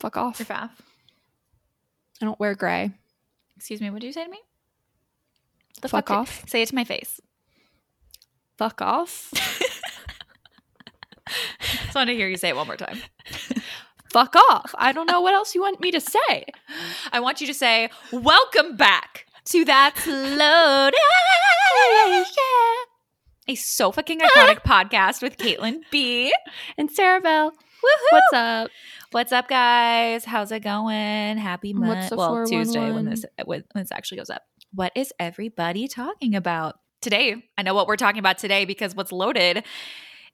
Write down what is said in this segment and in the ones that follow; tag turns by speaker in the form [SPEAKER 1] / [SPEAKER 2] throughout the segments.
[SPEAKER 1] Fuck off.
[SPEAKER 2] Your fav.
[SPEAKER 1] I don't wear gray.
[SPEAKER 2] Excuse me. What did you say to me? The
[SPEAKER 1] Fuck
[SPEAKER 2] did-
[SPEAKER 1] off.
[SPEAKER 2] Say it to my face.
[SPEAKER 1] Fuck off.
[SPEAKER 2] Just want to hear you say it one more time.
[SPEAKER 1] Fuck off. I don't know what else you want me to say.
[SPEAKER 2] I want you to say, "Welcome back to that loaded." A so fucking iconic podcast with Caitlin B.
[SPEAKER 1] And Sarah Bell,
[SPEAKER 2] Woohoo!
[SPEAKER 1] what's up?
[SPEAKER 2] What's up, guys? How's it going? Happy
[SPEAKER 1] What's
[SPEAKER 2] Monday.
[SPEAKER 1] the
[SPEAKER 2] Well, Tuesday when
[SPEAKER 1] 411?
[SPEAKER 2] this when this actually goes up. What is everybody talking about today? I know what we're talking about today because what's loaded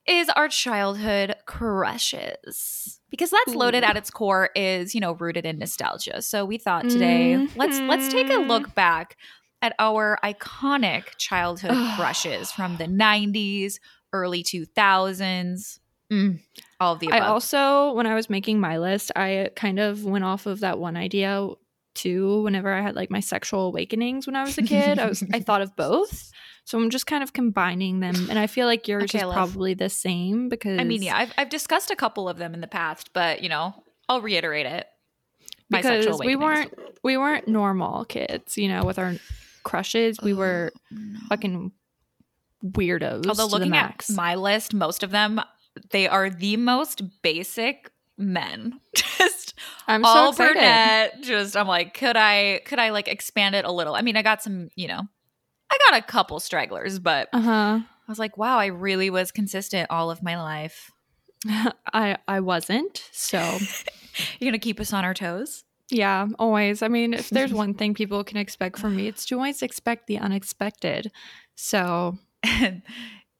[SPEAKER 2] is our childhood crushes. Because that's loaded
[SPEAKER 1] Ooh.
[SPEAKER 2] at its core is you know rooted in nostalgia. So we thought today let's let's take a
[SPEAKER 1] Mhm.
[SPEAKER 2] look back at our iconic childhood crushes from the '90s, early 2000s, Mm, all of the
[SPEAKER 1] I
[SPEAKER 2] above.
[SPEAKER 1] also, when I was making my list, I kind of went off of that one idea too. Whenever I had like my sexual awakenings when I was a kid, I was I thought of both. So I'm just kind of combining them, and I feel like yours
[SPEAKER 2] Okay,
[SPEAKER 1] is
[SPEAKER 2] love.
[SPEAKER 1] probably the same because
[SPEAKER 2] I mean, yeah, I've, I've discussed a couple of them in the past, but you know, I'll reiterate it. My
[SPEAKER 1] because
[SPEAKER 2] sexual
[SPEAKER 1] we
[SPEAKER 2] awakenings.
[SPEAKER 1] weren't we weren't normal kids, you know, with our crushes. We were fucking weirdos.
[SPEAKER 2] Although
[SPEAKER 1] to the
[SPEAKER 2] looking at
[SPEAKER 1] max.
[SPEAKER 2] my list, most of them they are the most basic men. Just
[SPEAKER 1] I'm
[SPEAKER 2] all
[SPEAKER 1] so excited.
[SPEAKER 2] brunette. Just I'm like, could I could I like expand it a little? I mean, I got some, you know, I got a couple stragglers, but I
[SPEAKER 1] Uh huh.
[SPEAKER 2] was like, wow, I really was consistent all of my life.
[SPEAKER 1] I I wasn't so.
[SPEAKER 2] You're gonna keep us on our toes.
[SPEAKER 1] Yeah, always. I mean, if there's one thing people can expect from me, it's to always expect the unexpected. So,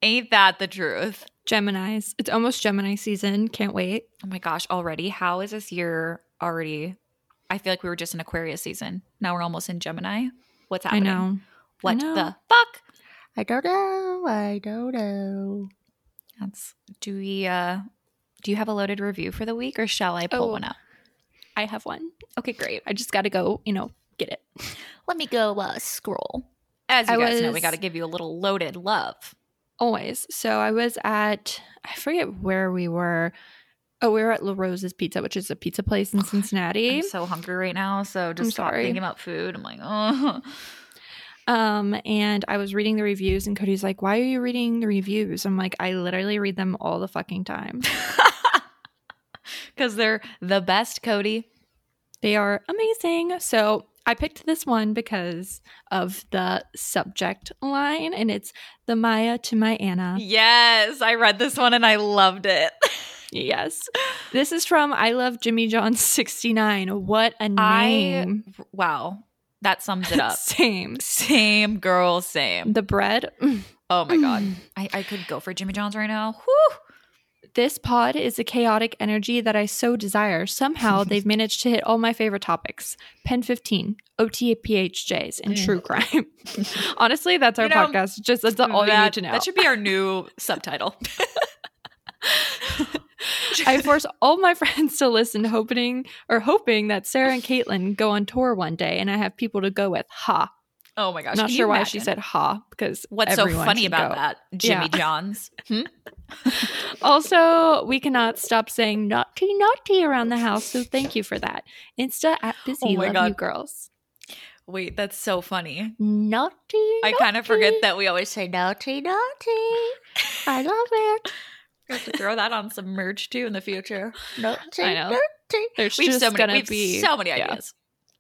[SPEAKER 2] Ain't that the truth?
[SPEAKER 1] Gemini's, it's almost Gemini season. Can't wait.
[SPEAKER 2] Oh my gosh, already? How is this year already? I feel like we were just in Aquarius season. Now we're almost in Gemini. What's
[SPEAKER 1] I
[SPEAKER 2] happening?
[SPEAKER 1] know.
[SPEAKER 2] What
[SPEAKER 1] know.
[SPEAKER 2] the fuck?
[SPEAKER 1] I don't know. I don't know.
[SPEAKER 2] That's do we uh do you have a loaded review for the week or shall I pull
[SPEAKER 1] Oh.
[SPEAKER 2] one up?
[SPEAKER 1] I have one.
[SPEAKER 2] Okay, great.
[SPEAKER 1] I just got to go, you know, get it.
[SPEAKER 2] Let me go uh scroll. As you
[SPEAKER 1] I
[SPEAKER 2] guys know, we
[SPEAKER 1] was-
[SPEAKER 2] gotta give you a little loaded love.
[SPEAKER 1] Always. So, I was at, I forget where we were. Oh, we were at La Rose's Pizza, which is a pizza place in Cincinnati.
[SPEAKER 2] I'm so hungry right now, so just stop
[SPEAKER 1] sorry.
[SPEAKER 2] thinking about food. I'm like, oh
[SPEAKER 1] Um, and I was reading the reviews, and Cody's like, Why are you reading the reviews? I'm like, I literally read them all the fucking time.
[SPEAKER 2] because they're the best, Cody.
[SPEAKER 1] They are amazing. So I picked this one because of the subject line, and it's the Maya to my Anna.
[SPEAKER 2] Yes, I read this one and I loved it.
[SPEAKER 1] Yes. This is from I Love Jimmy John 69. What a
[SPEAKER 2] I-
[SPEAKER 1] name.
[SPEAKER 2] Wow. That sums it up.
[SPEAKER 1] Same.
[SPEAKER 2] same girl, same.
[SPEAKER 1] The bread. Mm.
[SPEAKER 2] Oh my God. I, I could go for Jimmy John's right now. Whew.
[SPEAKER 1] This pod is a chaotic energy that I so desire. Somehow they've managed to hit all my favorite topics Pen 15, OTAPHJs, and
[SPEAKER 2] Mm.
[SPEAKER 1] true crime. Honestly, that's our
[SPEAKER 2] You know,
[SPEAKER 1] podcast. Just that's all you need
[SPEAKER 2] That-
[SPEAKER 1] to know.
[SPEAKER 2] That should be our new subtitle.
[SPEAKER 1] I force all my friends to listen, hoping or hoping that Sarah and Caitlin go on tour one day, and I have people to go with. Ha!
[SPEAKER 2] oh my gosh.
[SPEAKER 1] Not
[SPEAKER 2] can you
[SPEAKER 1] sure why she
[SPEAKER 2] imagine?
[SPEAKER 1] said ha because
[SPEAKER 2] What's so
[SPEAKER 1] everyone
[SPEAKER 2] funny
[SPEAKER 1] should
[SPEAKER 2] about
[SPEAKER 1] go.
[SPEAKER 2] that? Jimmy
[SPEAKER 1] Yeah.
[SPEAKER 2] John's. Hmm?
[SPEAKER 1] Also, we cannot stop saying naughty naughty around the house, so thank you for that. Insta at busy
[SPEAKER 2] Oh
[SPEAKER 1] love
[SPEAKER 2] my
[SPEAKER 1] you
[SPEAKER 2] God.
[SPEAKER 1] girls.
[SPEAKER 2] Wait, that's so funny.
[SPEAKER 1] Naughty,
[SPEAKER 2] I kind of forget that we always say naughty, naughty.
[SPEAKER 1] I love it.
[SPEAKER 2] We have to throw that on some merch too in the future. Naughty,
[SPEAKER 1] I know.
[SPEAKER 2] naughty.
[SPEAKER 1] There's
[SPEAKER 2] We have
[SPEAKER 1] just
[SPEAKER 2] so many,
[SPEAKER 1] gonna
[SPEAKER 2] we have
[SPEAKER 1] be
[SPEAKER 2] so many
[SPEAKER 1] yeah.
[SPEAKER 2] ideas.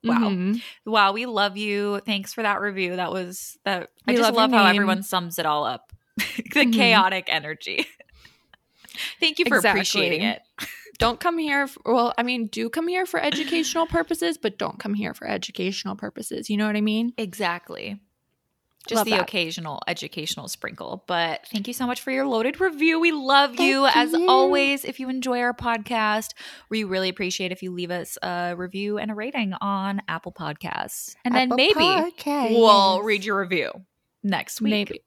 [SPEAKER 2] Wow.
[SPEAKER 1] Mhm.
[SPEAKER 2] Wow, we love you. Thanks for that review. That was that. I
[SPEAKER 1] We
[SPEAKER 2] just
[SPEAKER 1] love your
[SPEAKER 2] love, Mm-hmm. how
[SPEAKER 1] name.
[SPEAKER 2] everyone sums it all up. the
[SPEAKER 1] Mhm.
[SPEAKER 2] chaotic energy. Thank you for appreciating it.
[SPEAKER 1] Exactly. Don't come here. f well, I mean, do come here for educational purposes, but don't come here for educational purposes. You know what I mean?
[SPEAKER 2] Exactly. Just
[SPEAKER 1] Love
[SPEAKER 2] the
[SPEAKER 1] that.
[SPEAKER 2] occasional educational sprinkle. But thank you so much for your loaded review. We love
[SPEAKER 1] Thank
[SPEAKER 2] you. As
[SPEAKER 1] you.
[SPEAKER 2] always, if you enjoy our podcast, we really appreciate if you leave us a review and a rating on Apple Podcasts. And then maybe we'll read your review next week.
[SPEAKER 1] Maybe.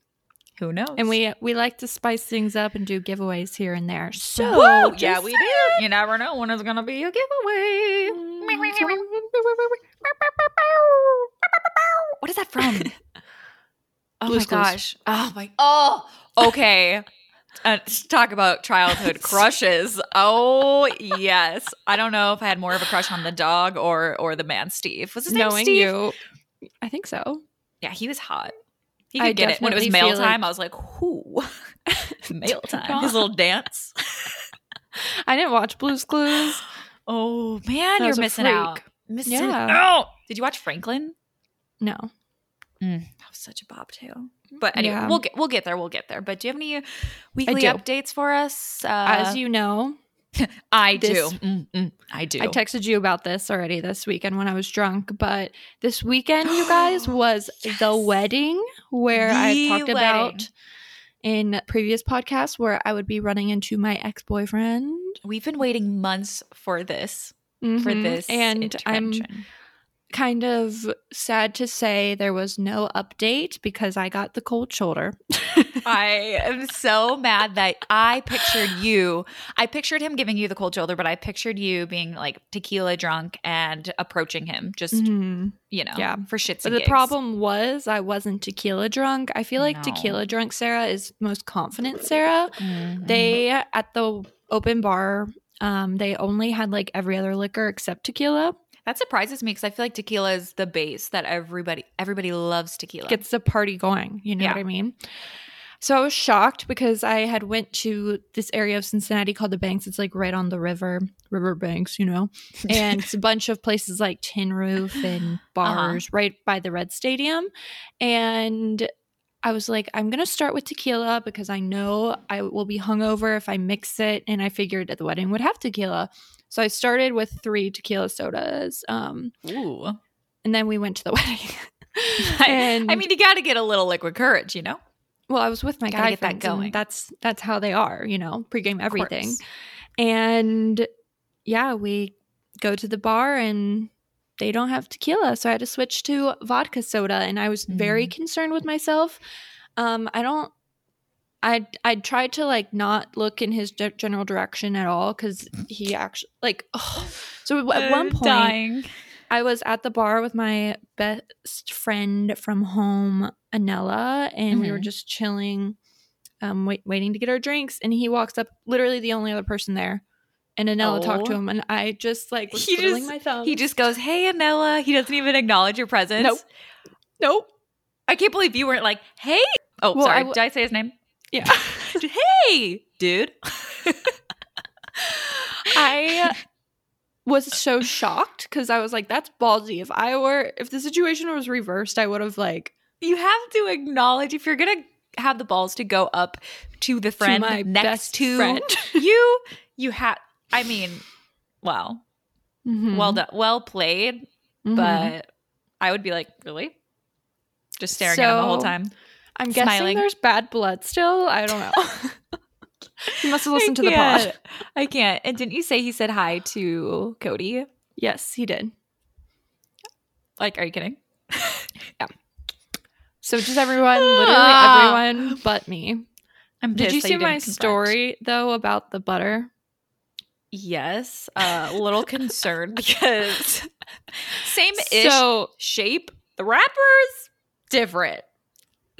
[SPEAKER 2] Who knows?
[SPEAKER 1] And we we like to spice things up and do giveaways here and there. So
[SPEAKER 2] Woo!
[SPEAKER 1] just
[SPEAKER 2] yeah, we do. You never know when it's gonna be a giveaway.
[SPEAKER 1] Oh
[SPEAKER 2] What is that from? oh my
[SPEAKER 1] Blue's Clues.
[SPEAKER 2] gosh! Oh my! Oh, okay. Uh, talk about childhood crushes. Oh yes, I don't know if I had more of a crush on the dog or or the man Steve. Was his name
[SPEAKER 1] Knowing
[SPEAKER 2] Steve?
[SPEAKER 1] you, I think so.
[SPEAKER 2] Yeah, he was hot. He could
[SPEAKER 1] I
[SPEAKER 2] get it when it was
[SPEAKER 1] definitely
[SPEAKER 2] mail
[SPEAKER 1] feel
[SPEAKER 2] time. I was like, who? mail time. His little dance.
[SPEAKER 1] I didn't watch Blue's Clues.
[SPEAKER 2] Oh man,
[SPEAKER 1] I
[SPEAKER 2] you're
[SPEAKER 1] was a
[SPEAKER 2] missing
[SPEAKER 1] freak.
[SPEAKER 2] out. Missing
[SPEAKER 1] Yeah.
[SPEAKER 2] out. Did you watch Franklin?
[SPEAKER 1] No.
[SPEAKER 2] That was such a bobtail. But anyway,
[SPEAKER 1] Mm-hmm. Yeah.
[SPEAKER 2] we'll get we'll get there. We'll get there. But do you have any weekly
[SPEAKER 1] do.
[SPEAKER 2] updates for us? Uh,
[SPEAKER 1] As you know,
[SPEAKER 2] I
[SPEAKER 1] this-
[SPEAKER 2] do. Mm, mm, I do.
[SPEAKER 1] I texted you about this already this weekend when I was drunk, but this weekend, you guys, was the
[SPEAKER 2] Yes.
[SPEAKER 1] wedding where
[SPEAKER 2] The
[SPEAKER 1] I talked
[SPEAKER 2] wedding.
[SPEAKER 1] about in previous podcasts where I would be running into my ex boyfriend
[SPEAKER 2] We've been waiting months for this. For this,
[SPEAKER 1] Mm-hmm. and I'm
[SPEAKER 2] intervention.
[SPEAKER 1] kind of sad to say there was no update because I got the cold shoulder.
[SPEAKER 2] I am so mad that I pictured you. I pictured him giving you the cold shoulder, but I pictured you being like tequila drunk and approaching him, just
[SPEAKER 1] Mhm.
[SPEAKER 2] you know,
[SPEAKER 1] Yeah.
[SPEAKER 2] for shits.
[SPEAKER 1] But
[SPEAKER 2] And
[SPEAKER 1] the
[SPEAKER 2] Mm-hmm. gigs.
[SPEAKER 1] problem was I wasn't tequila drunk. I feel like
[SPEAKER 2] No.
[SPEAKER 1] tequila drunk Sarah is most confident Sarah.
[SPEAKER 2] Mhm.
[SPEAKER 1] They at the open bar, um, they only had like every other liquor except tequila.
[SPEAKER 2] that surprises me because I feel like tequila is the base that everybody everybody loves tequila.
[SPEAKER 1] Gets the party going. You know
[SPEAKER 2] Yeah.
[SPEAKER 1] what I mean? So I was shocked because I had went to this area of Cincinnati called the Banks. It's like right on the river, River Banks, you know. And it's a bunch of places like Tin Roof and bars right by the Red Stadium. And I was like, I'm gonna start with tequila because I know I will be hungover if I mix it. And I figured at the wedding would have tequila. So I started with three tequila sodas. Um,
[SPEAKER 2] Ooh.
[SPEAKER 1] and then we went to the wedding.
[SPEAKER 2] I- I mean, you got to get a little liquid courage, you know.
[SPEAKER 1] Well, I was with my
[SPEAKER 2] Gotta
[SPEAKER 1] guy
[SPEAKER 2] get that
[SPEAKER 1] friends, and
[SPEAKER 2] going.
[SPEAKER 1] That's that's how they are, you know, pregame
[SPEAKER 2] Of course.
[SPEAKER 1] everything. And yeah, we go to the bar and they don't have tequila, so I had to switch to vodka soda, and I was very concerned with myself. Um, I don't. I I tried to like not look in his ge- general direction at all because he actually like. So at one point,
[SPEAKER 2] dying.
[SPEAKER 1] I was at the bar with my best friend from home, Anella, and we were
[SPEAKER 2] Mhm.
[SPEAKER 1] just chilling, um, wait, waiting to get our drinks. And he walks up, literally the only other person there. And Anella talked to
[SPEAKER 2] Oh.
[SPEAKER 1] him, and I just like was
[SPEAKER 2] He
[SPEAKER 1] twiddling
[SPEAKER 2] just-
[SPEAKER 1] my thumb.
[SPEAKER 2] He just goes, "Hey, Anella." He doesn't even acknowledge your presence.
[SPEAKER 1] Nope. nope.
[SPEAKER 2] I can't believe you weren't like, "Hey." Oh,
[SPEAKER 1] Well,
[SPEAKER 2] sorry.
[SPEAKER 1] I w-
[SPEAKER 2] Did I say his name?
[SPEAKER 1] Yeah,
[SPEAKER 2] hey, dude.
[SPEAKER 1] I was so shocked because I was like, "That's ballsy." If I were, if the situation was reversed, I would have like
[SPEAKER 2] you have to acknowledge if you're gonna have the balls to go up to the friend
[SPEAKER 1] to my
[SPEAKER 2] next
[SPEAKER 1] best
[SPEAKER 2] to
[SPEAKER 1] friend.
[SPEAKER 2] you. You have. I mean, wow.
[SPEAKER 1] Mhm.
[SPEAKER 2] Well done. Well played.
[SPEAKER 1] Mhm.
[SPEAKER 2] But I would be like, really? Just staring at him the whole
[SPEAKER 1] So-
[SPEAKER 2] time.
[SPEAKER 1] I'm guessing
[SPEAKER 2] Smiling.
[SPEAKER 1] there's bad blood still. I don't know. you must have listened to
[SPEAKER 2] I
[SPEAKER 1] the pod.
[SPEAKER 2] can't. I can't. And didn't you say he said hi to Cody?
[SPEAKER 1] Yes, he did.
[SPEAKER 2] Like, are you kidding?
[SPEAKER 1] So just everyone,
[SPEAKER 2] Ah.
[SPEAKER 1] literally everyone but me.
[SPEAKER 2] I'm
[SPEAKER 1] Did you
[SPEAKER 2] pissed that
[SPEAKER 1] see my
[SPEAKER 2] didn't confront.
[SPEAKER 1] story though about the butter?
[SPEAKER 2] Yes. Uh, a little concerned because same ish
[SPEAKER 1] So
[SPEAKER 2] shape. The wrappers different.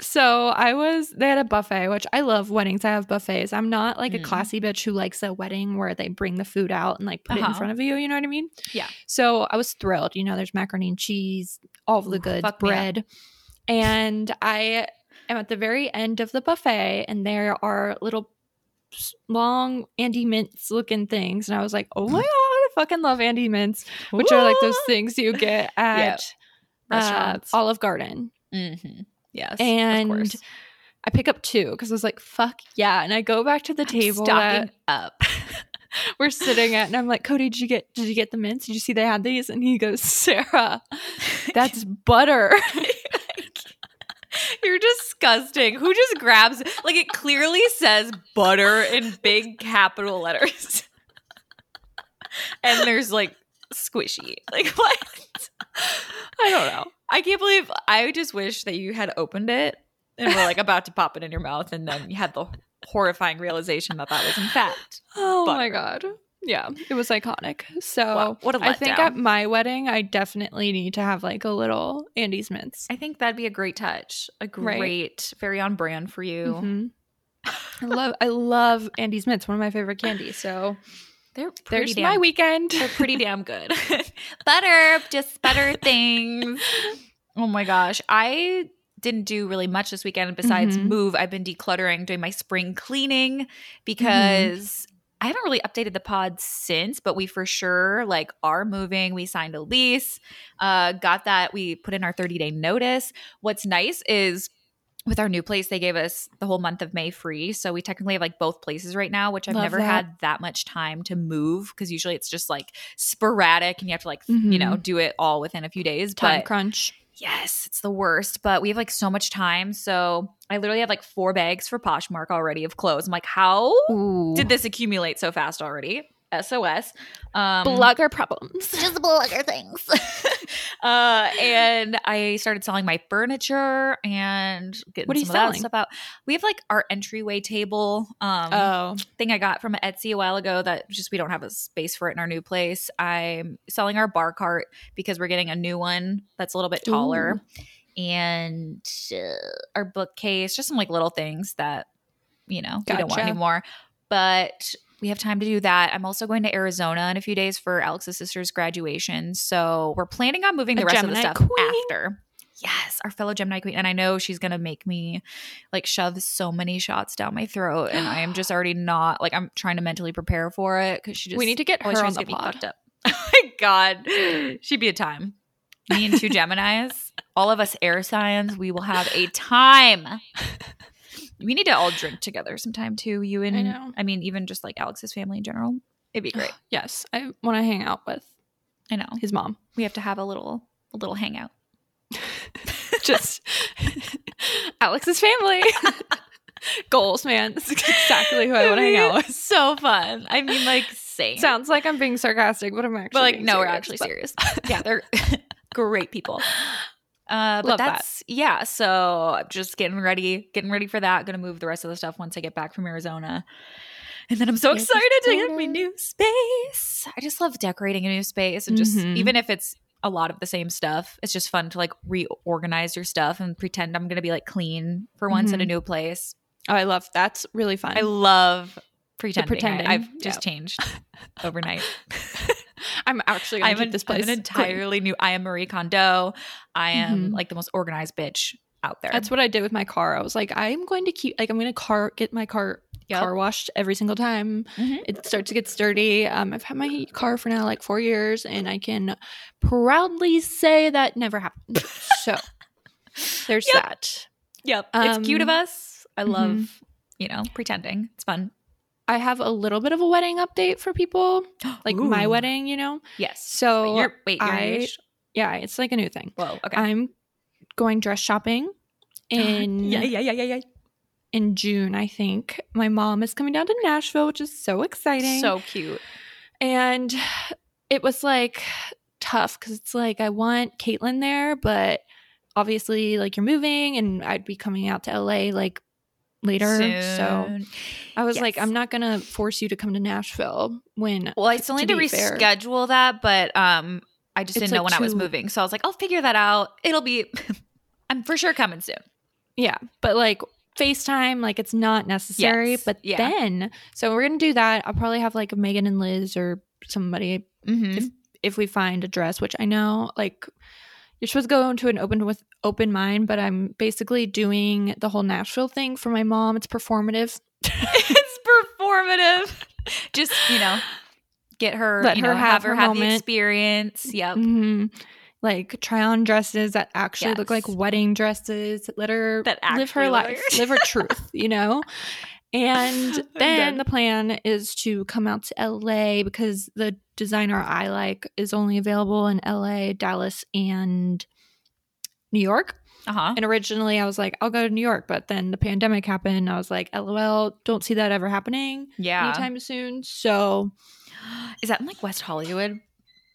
[SPEAKER 1] so I was they had a buffet, which I love weddings. I have buffets. I'm not like
[SPEAKER 2] Mm.
[SPEAKER 1] a classy bitch who likes a wedding where they bring the food out and like put it
[SPEAKER 2] Uh-huh.
[SPEAKER 1] in front of you, you know what I mean?
[SPEAKER 2] Yeah.
[SPEAKER 1] So I was thrilled. You know, there's macaroni and cheese, all of the
[SPEAKER 2] Ooh,
[SPEAKER 1] goods,
[SPEAKER 2] fuck me up.
[SPEAKER 1] bread. And I am at the very end of the buffet, and there are little s- long Andy Mints looking things. And I was like, oh my God, I fucking love Andy Mints, which are like those things you get
[SPEAKER 2] Yeah,
[SPEAKER 1] at uh, Olive Garden.
[SPEAKER 2] mm-hmm. Yes.
[SPEAKER 1] And
[SPEAKER 2] of course.
[SPEAKER 1] I pick up two because I was like, fuck yeah. And I go back to the table
[SPEAKER 2] Stocking
[SPEAKER 1] that
[SPEAKER 2] up.
[SPEAKER 1] we're sitting at and I'm like, Cody, did you get did you get the mints? Did you see they had these? And he goes, Sarah, that's butter.
[SPEAKER 2] You're disgusting. Who just grabs like it clearly says butter in big capital letters. and there's like squishy. Like what? I don't know. I can't believe I just wish that you had opened it and were like about to pop it in your mouth and then you had the horrifying realization that that was in fact.
[SPEAKER 1] Oh
[SPEAKER 2] Butter.
[SPEAKER 1] my god. Yeah, it was iconic. So
[SPEAKER 2] Wow, what a
[SPEAKER 1] I think
[SPEAKER 2] letdown.
[SPEAKER 1] at my wedding, I definitely need to have like a little Andy's mints.
[SPEAKER 2] I think that'd be a great touch. A great,
[SPEAKER 1] Right.
[SPEAKER 2] very on brand for you.
[SPEAKER 1] Mhm. I love I love Andy's mints, one of my favorite candies. So
[SPEAKER 2] They're
[SPEAKER 1] there's my weekend.
[SPEAKER 2] They're pretty damn good. butter, just butter things. Oh my gosh. I didn't do really much this weekend besides
[SPEAKER 1] Mhm.
[SPEAKER 2] move. I've been decluttering, doing my spring cleaning because I haven't really updated the pod since, but we for sure like are moving. We signed a lease, uh, got that. We put in our 30 day notice. What's nice is with our new place, they gave us the whole month of May free. So we technically have like both places right now, which I've
[SPEAKER 1] Love
[SPEAKER 2] never
[SPEAKER 1] that.
[SPEAKER 2] had that much time to move because usually it's just like sporadic and you have to like, you know, do it all within a few days.
[SPEAKER 1] Mm-hmm. Time
[SPEAKER 2] but
[SPEAKER 1] crunch.
[SPEAKER 2] yes, it's the worst. But we have like so much time. So I literally have like four bags for Poshmark already of clothes. I'm like, how
[SPEAKER 1] Ooh.
[SPEAKER 2] did this accumulate so fast already? SOS. Um,
[SPEAKER 1] blogger problems?
[SPEAKER 2] just blogger things. uh, and I started selling my furniture and getting
[SPEAKER 1] What are you
[SPEAKER 2] some of that
[SPEAKER 1] selling?
[SPEAKER 2] stuff out. We have like our entryway table um,
[SPEAKER 1] Oh,
[SPEAKER 2] thing I got from Etsy a while ago that just we don't have a space for it in our new place. I'm selling our bar cart because we're getting a new one that's a little bit taller. And uh, our bookcase, just some like little things that, you know, we don't want
[SPEAKER 1] Gotcha.
[SPEAKER 2] anymore. But we have time to do that. I'm also going to Arizona in a few days for Alex's sister's graduation. So we're planning on moving
[SPEAKER 1] A
[SPEAKER 2] the rest of the
[SPEAKER 1] Gemini
[SPEAKER 2] stuff
[SPEAKER 1] queen.
[SPEAKER 2] after. Yes, our fellow Gemini queen. And I know she's going to make me like shove so many shots down my throat. And I am just already not like, I'm trying to mentally prepare for it because she just
[SPEAKER 1] we need to get
[SPEAKER 2] always
[SPEAKER 1] her on the
[SPEAKER 2] tries to get me
[SPEAKER 1] pod.
[SPEAKER 2] fucked up. Oh my God. She'd be a time. Me and two Geminis, all of us air signs, we will have a time. We need to all drink together sometime too. You and
[SPEAKER 1] know.
[SPEAKER 2] I mean, even just like Alex's family in general. It'd be great.
[SPEAKER 1] Yes, I want to hang out with
[SPEAKER 2] I know.
[SPEAKER 1] his mom.
[SPEAKER 2] We have to have a little a little hangout.
[SPEAKER 1] Just Alex's family. Goals, man. That's exactly who I want to hang out with.
[SPEAKER 2] So fun. I mean, like same.
[SPEAKER 1] Sounds like I'm being sarcastic, but I'm actually
[SPEAKER 2] but like
[SPEAKER 1] being
[SPEAKER 2] no, we're
[SPEAKER 1] serious,
[SPEAKER 2] actually
[SPEAKER 1] but-
[SPEAKER 2] serious. yeah, they're great people.
[SPEAKER 1] Love
[SPEAKER 2] Uh, but
[SPEAKER 1] that.
[SPEAKER 2] that's yeah. So I'm just getting ready, getting ready for that. Gonna move the rest of the stuff once I get back from Arizona, and then I'm so excited to get my
[SPEAKER 1] Arizona.
[SPEAKER 2] new space. I just love decorating a new space and just
[SPEAKER 1] Mhm.
[SPEAKER 2] even if it's a lot of the same stuff, it's just fun to like reorganize your stuff and pretend I'm gonna be like clean for once in a new place.
[SPEAKER 1] Oh, I love that's really fun.
[SPEAKER 2] I love pretending.
[SPEAKER 1] pretending,
[SPEAKER 2] I, have just changed overnight.
[SPEAKER 1] I'm actually gonna
[SPEAKER 2] I'm,
[SPEAKER 1] keep
[SPEAKER 2] an,
[SPEAKER 1] this place
[SPEAKER 2] I'm an
[SPEAKER 1] clean.
[SPEAKER 2] entirely new. I am Marie Kondo. I am
[SPEAKER 1] Mhm.
[SPEAKER 2] like the most organized bitch out there.
[SPEAKER 1] That's what I did with my car. I was like, I'm going to keep like I'm going to car get my car
[SPEAKER 2] Yep.
[SPEAKER 1] car washed every single time
[SPEAKER 2] Mhm.
[SPEAKER 1] it starts to get dirty. Um, I've had my car for now like four years, and I can proudly say that never happened. so there's
[SPEAKER 2] Yep.
[SPEAKER 1] that.
[SPEAKER 2] Yep, it's cute of
[SPEAKER 1] Um,
[SPEAKER 2] us. I love you know pretending. It's fun.
[SPEAKER 1] I have a little bit of a wedding update for people, like my
[SPEAKER 2] Ooh.
[SPEAKER 1] wedding, you know.
[SPEAKER 2] Yes.
[SPEAKER 1] So
[SPEAKER 2] You're, wait, you're
[SPEAKER 1] I-
[SPEAKER 2] engaged?
[SPEAKER 1] yeah, it's like a new thing.
[SPEAKER 2] Whoa. Okay.
[SPEAKER 1] I'm going dress shopping in
[SPEAKER 2] yeah, yeah, yeah, yeah,
[SPEAKER 1] in June, I think. My mom is coming down to Nashville, which is so
[SPEAKER 2] yeah.
[SPEAKER 1] exciting.
[SPEAKER 2] So cute.
[SPEAKER 1] and it was like tough because it's like I want Caitlin there, but obviously like you're moving, and I'd be coming out to LA like later. So
[SPEAKER 2] Soon.
[SPEAKER 1] I was like,
[SPEAKER 2] Yes.
[SPEAKER 1] I'm not gonna force you to come to Nashville when
[SPEAKER 2] well, I still need to,
[SPEAKER 1] to be fair-
[SPEAKER 2] reschedule that, but um, I just
[SPEAKER 1] It's
[SPEAKER 2] didn't know
[SPEAKER 1] like
[SPEAKER 2] when I was
[SPEAKER 1] two-
[SPEAKER 2] moving, so I was like, I'll figure that out. It'll be. I'm for sure coming soon.
[SPEAKER 1] Yeah, but like FaceTime, like it's not necessary.
[SPEAKER 2] Yes,
[SPEAKER 1] But
[SPEAKER 2] yeah.
[SPEAKER 1] then, so we're gonna do that. I'll probably have like Megan and Liz or somebody
[SPEAKER 2] Mm-hmm.
[SPEAKER 1] if we find a dress, which I know like you're supposed to go into an open with open mind, but I'm basically doing the whole Nashville thing for my mom. It's performative.
[SPEAKER 2] it's performative. Just you know, get her.
[SPEAKER 1] Let
[SPEAKER 2] you
[SPEAKER 1] her
[SPEAKER 2] know,
[SPEAKER 1] have
[SPEAKER 2] her,
[SPEAKER 1] her
[SPEAKER 2] have the
[SPEAKER 1] moment.
[SPEAKER 2] experience. Yep.
[SPEAKER 1] Mhm. Like try on dresses that actually look like
[SPEAKER 2] Yes.
[SPEAKER 1] wedding dresses. Let her
[SPEAKER 2] That
[SPEAKER 1] live
[SPEAKER 2] actually
[SPEAKER 1] her
[SPEAKER 2] look
[SPEAKER 1] life,
[SPEAKER 2] like-
[SPEAKER 1] live her truth, you know? And
[SPEAKER 2] I'm done.
[SPEAKER 1] then the plan is to come out to LA because the designer I like is only available in LA, Dallas, and New York.
[SPEAKER 2] Uh huh.
[SPEAKER 1] And originally I was like, I'll go to New York, but then the pandemic happened. I was like, LOL, don't see that ever happening
[SPEAKER 2] Yeah.
[SPEAKER 1] anytime soon. So
[SPEAKER 2] Is that in like West Hollywood?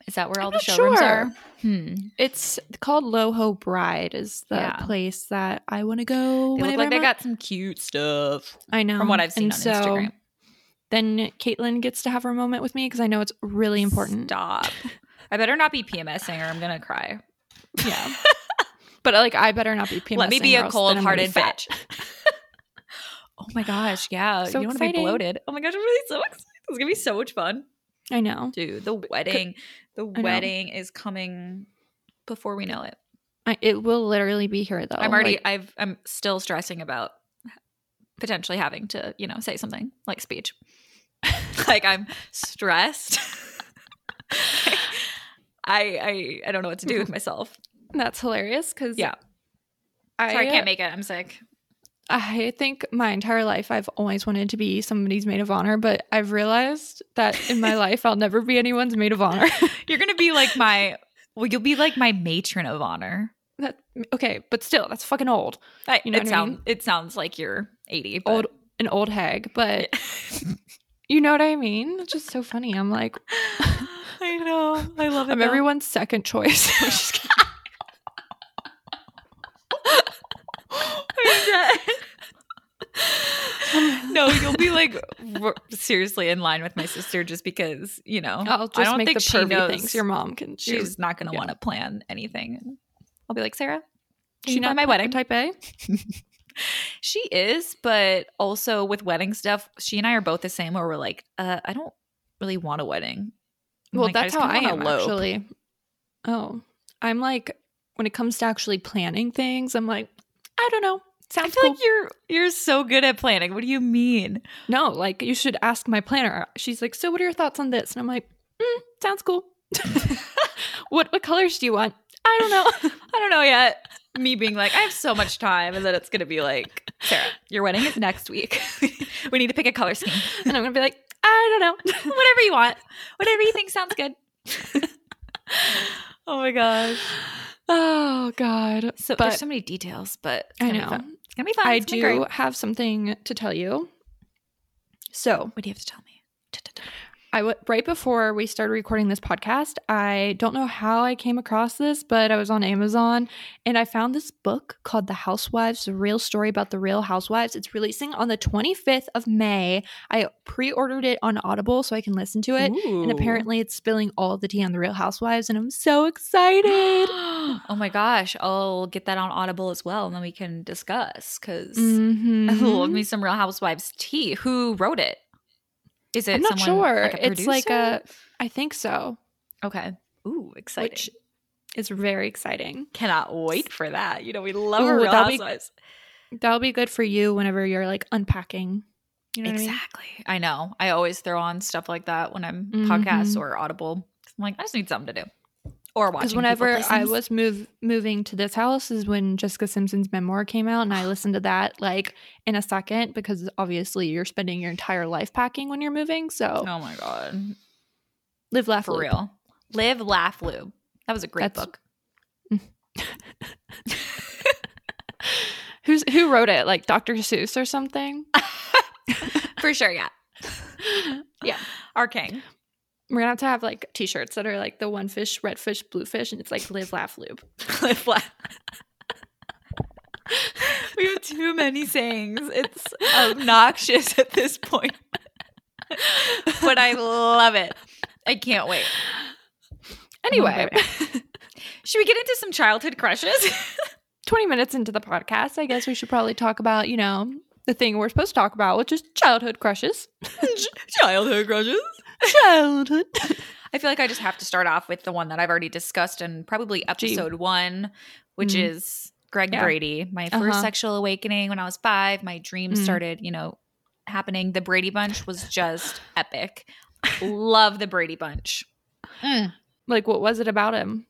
[SPEAKER 2] Is that where all the
[SPEAKER 1] not
[SPEAKER 2] showrooms
[SPEAKER 1] sure.
[SPEAKER 2] are? Hmm.
[SPEAKER 1] it's called Loho Bride is the
[SPEAKER 2] Yeah.
[SPEAKER 1] place that I want to go.
[SPEAKER 2] They look
[SPEAKER 1] whenever
[SPEAKER 2] like they
[SPEAKER 1] I'm out-
[SPEAKER 2] got some cute stuff
[SPEAKER 1] I know
[SPEAKER 2] from what I've seen
[SPEAKER 1] And
[SPEAKER 2] on
[SPEAKER 1] so
[SPEAKER 2] Instagram.
[SPEAKER 1] Then Caitlin gets to have her moment with me because I know it's really important.
[SPEAKER 2] Stop. I better not be PMSing or I'm gonna cry.
[SPEAKER 1] Yeah. But like, I better not be PMSing.
[SPEAKER 2] Let me be
[SPEAKER 1] or
[SPEAKER 2] a
[SPEAKER 1] else then I'm gonna
[SPEAKER 2] cold-hearted
[SPEAKER 1] be fat.
[SPEAKER 2] bitch. oh Oh my gosh, yeah.
[SPEAKER 1] So
[SPEAKER 2] you don't want to be
[SPEAKER 1] exciting.
[SPEAKER 2] bloated. Oh my gosh, I'm really so excited. It's gonna be so much fun.
[SPEAKER 1] I know.
[SPEAKER 2] Dude, the wedding. The
[SPEAKER 1] know.
[SPEAKER 2] wedding is coming before we know it.
[SPEAKER 1] I, it will literally be here though.
[SPEAKER 2] I'm already
[SPEAKER 1] Like,
[SPEAKER 2] I've I'm still stressing about potentially having to, you know, say something like speech. like I'm stressed. I I I don't know what to do with myself.
[SPEAKER 1] that's hilarious because
[SPEAKER 2] Yeah.
[SPEAKER 1] I,
[SPEAKER 2] Sorry, I uh, can't make it. I'm sick.
[SPEAKER 1] I think my entire life I've always wanted to be somebody's maid of honor, but I've realized that in my life I'll never be anyone's maid of honor.
[SPEAKER 2] You're gonna be like my well, you'll be like my matron of honor.
[SPEAKER 1] that okay, but still, that's fucking old,
[SPEAKER 2] I,
[SPEAKER 1] You know
[SPEAKER 2] it
[SPEAKER 1] what I
[SPEAKER 2] sound
[SPEAKER 1] mean?
[SPEAKER 2] it sounds like you're 80. But
[SPEAKER 1] old, an old hag. But you know what I mean? It's just so funny. I'm like,
[SPEAKER 2] I know. I love it.
[SPEAKER 1] I'm
[SPEAKER 2] though.
[SPEAKER 1] everyone's second choice. I'm just kidding.
[SPEAKER 2] I'm dead. no, you'll be like r- seriously in line with my sister just because you know
[SPEAKER 1] I'll just
[SPEAKER 2] I don't
[SPEAKER 1] make the
[SPEAKER 2] think she
[SPEAKER 1] pervy
[SPEAKER 2] knows.
[SPEAKER 1] things your mom can.
[SPEAKER 2] she's
[SPEAKER 1] She's
[SPEAKER 2] not going to
[SPEAKER 1] yeah.
[SPEAKER 2] want to plan anything. I'll be like Sarah.
[SPEAKER 1] she
[SPEAKER 2] She
[SPEAKER 1] not
[SPEAKER 2] not my wedding.
[SPEAKER 1] type A.
[SPEAKER 2] She is, but also with wedding stuff, she and I are both the same. Where we're like, uh, I don't really want a wedding. I'm
[SPEAKER 1] Well,
[SPEAKER 2] like,
[SPEAKER 1] that's
[SPEAKER 2] just
[SPEAKER 1] how I
[SPEAKER 2] kinda
[SPEAKER 1] am
[SPEAKER 2] wanna elope.
[SPEAKER 1] actually. Oh, I'm like when it comes to actually planning things, I'm like, I don't know.
[SPEAKER 2] I
[SPEAKER 1] Sounds
[SPEAKER 2] feel
[SPEAKER 1] cool.
[SPEAKER 2] like you're you're so good at planning. What do you mean?
[SPEAKER 1] no, like you should ask my planner. She's like, so what are your thoughts on this? And I'm like, mm, sounds cool. what what colors do you want? I don't know.
[SPEAKER 2] I don't know yet. Me being like, I have so much time, and then it's gonna be like, Sarah, your wedding is next week. we need to pick a color scheme.
[SPEAKER 1] and I'm gonna be like, I don't know.
[SPEAKER 2] Whatever you want, whatever you think sounds good. oh my gosh!
[SPEAKER 1] Oh God.
[SPEAKER 2] So
[SPEAKER 1] But-
[SPEAKER 2] there's so many details, but it's
[SPEAKER 1] I
[SPEAKER 2] gonna be
[SPEAKER 1] know.
[SPEAKER 2] fun. It's gonna be fun.
[SPEAKER 1] I
[SPEAKER 2] It's gonna be
[SPEAKER 1] do
[SPEAKER 2] great.
[SPEAKER 1] have something to tell you. So
[SPEAKER 2] What do you have to tell me? Da-da-da.
[SPEAKER 1] I w- right before we started recording this podcast, I don't know how I came across this, but I was on Amazon and I found this book called The Housewives: The Real Story About the Real Housewives. It's releasing on the 25th of May. I pre-ordered it on Audible so I can listen to it, and apparently it's spilling all the tea on the Real Housewives, and I'm so excited.
[SPEAKER 2] oh my gosh! I'll get that on Audible as well, and then we can discuss because
[SPEAKER 1] Mhm.
[SPEAKER 2] I love me some Real Housewives tea. Who wrote it? Is it?
[SPEAKER 1] I'm not
[SPEAKER 2] someone,
[SPEAKER 1] sure.
[SPEAKER 2] like, a
[SPEAKER 1] it's like a,
[SPEAKER 2] producer?
[SPEAKER 1] I think so,
[SPEAKER 2] okay. Ooh, exciting!
[SPEAKER 1] which is very exciting.
[SPEAKER 2] Cannot wait for that. You know, we love
[SPEAKER 1] Ooh,
[SPEAKER 2] our Real
[SPEAKER 1] that'll be-
[SPEAKER 2] Housewives.
[SPEAKER 1] That'll be good for you whenever you're like unpacking. You know what I mean?
[SPEAKER 2] exactly. I, know. I always throw on stuff like that when I'm podcasts
[SPEAKER 1] Mhm.
[SPEAKER 2] or Audible. I'm like, I just need something to do. Or watching.
[SPEAKER 1] Because
[SPEAKER 2] people
[SPEAKER 1] whenever
[SPEAKER 2] play
[SPEAKER 1] I
[SPEAKER 2] Sims.
[SPEAKER 1] was move moving to this house is when Jessica Simpson's memoir came out, and I listened to that like in a second because obviously you're spending your entire life packing when you're moving. So
[SPEAKER 2] oh my god,
[SPEAKER 1] live, laugh,
[SPEAKER 2] for
[SPEAKER 1] loop.
[SPEAKER 2] real, live, laugh, lube. That was a great
[SPEAKER 1] That's-
[SPEAKER 2] book.
[SPEAKER 1] Who's who wrote it? Like Dr. Seuss or something?
[SPEAKER 2] For sure, yeah.
[SPEAKER 1] Yeah.
[SPEAKER 2] Our king.
[SPEAKER 1] We're gonna have to have like T-shirts that are like the one fish, red fish, blue fish, and it's like live, laugh, loop.
[SPEAKER 2] Live, laugh. we have too many sayings. It's obnoxious at this point. but I love it. I can't wait. Anyway, should we get into some childhood crushes?
[SPEAKER 1] 20 minutes into the podcast, I guess we should probably talk about, you know, the thing we're supposed to talk about, which is childhood crushes.
[SPEAKER 2] childhood crushes.
[SPEAKER 1] Childhood.
[SPEAKER 2] I feel like I just have to start off with the one that I've already discussed in probably episode one, which
[SPEAKER 1] Mhm.
[SPEAKER 2] is Greg
[SPEAKER 1] Yeah.
[SPEAKER 2] Brady. My 1st
[SPEAKER 1] Uh-huh.
[SPEAKER 2] sexual awakening when I was five. My dreams
[SPEAKER 1] Mm.
[SPEAKER 2] started, you know, happening. The Brady Bunch was just epic. Love the Brady Bunch.
[SPEAKER 1] Like, what was it about him?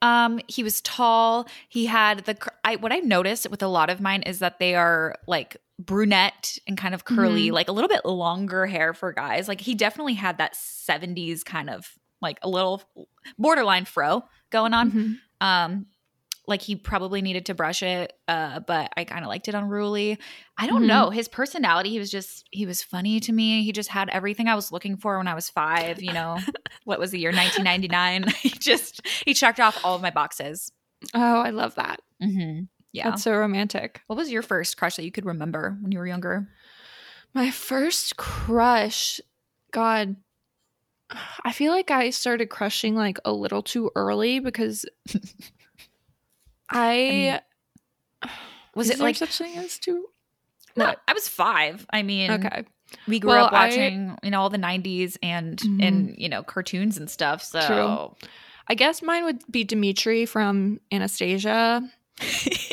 [SPEAKER 2] Um, he was tall. He had the. cur- I what I noticed with a lot of mine is that they are like brunette and kind of curly, like a little bit longer hair for guys. Like he definitely had that '70s kind of like a little borderline fro going on.
[SPEAKER 1] Mhm.
[SPEAKER 2] Um, like he probably needed to brush it, uh, but I kind of liked it unruly. I don't
[SPEAKER 1] Mhm.
[SPEAKER 2] know his personality. He was just he was funny to me. He just had everything I was looking for when I was five. You know, what was the year 1999? he just he checked off all of my boxes.
[SPEAKER 1] Oh, I love that.
[SPEAKER 2] Mm-hmm. Yeah.
[SPEAKER 1] That's so romantic.
[SPEAKER 2] what was your first crush that you could remember when you were younger?
[SPEAKER 1] My first crush, God, I feel like I started crushing like a little too early because I
[SPEAKER 2] Was
[SPEAKER 1] is
[SPEAKER 2] it
[SPEAKER 1] there
[SPEAKER 2] like
[SPEAKER 1] such thing as too?
[SPEAKER 2] No, I was five. I mean,
[SPEAKER 1] Okay.
[SPEAKER 2] we grew
[SPEAKER 1] Well,
[SPEAKER 2] up
[SPEAKER 1] I-
[SPEAKER 2] watching you know all the '90s and
[SPEAKER 1] Mhm.
[SPEAKER 2] and you know cartoons and stuff. So
[SPEAKER 1] I guess mine would be Dimitri from Anastasia.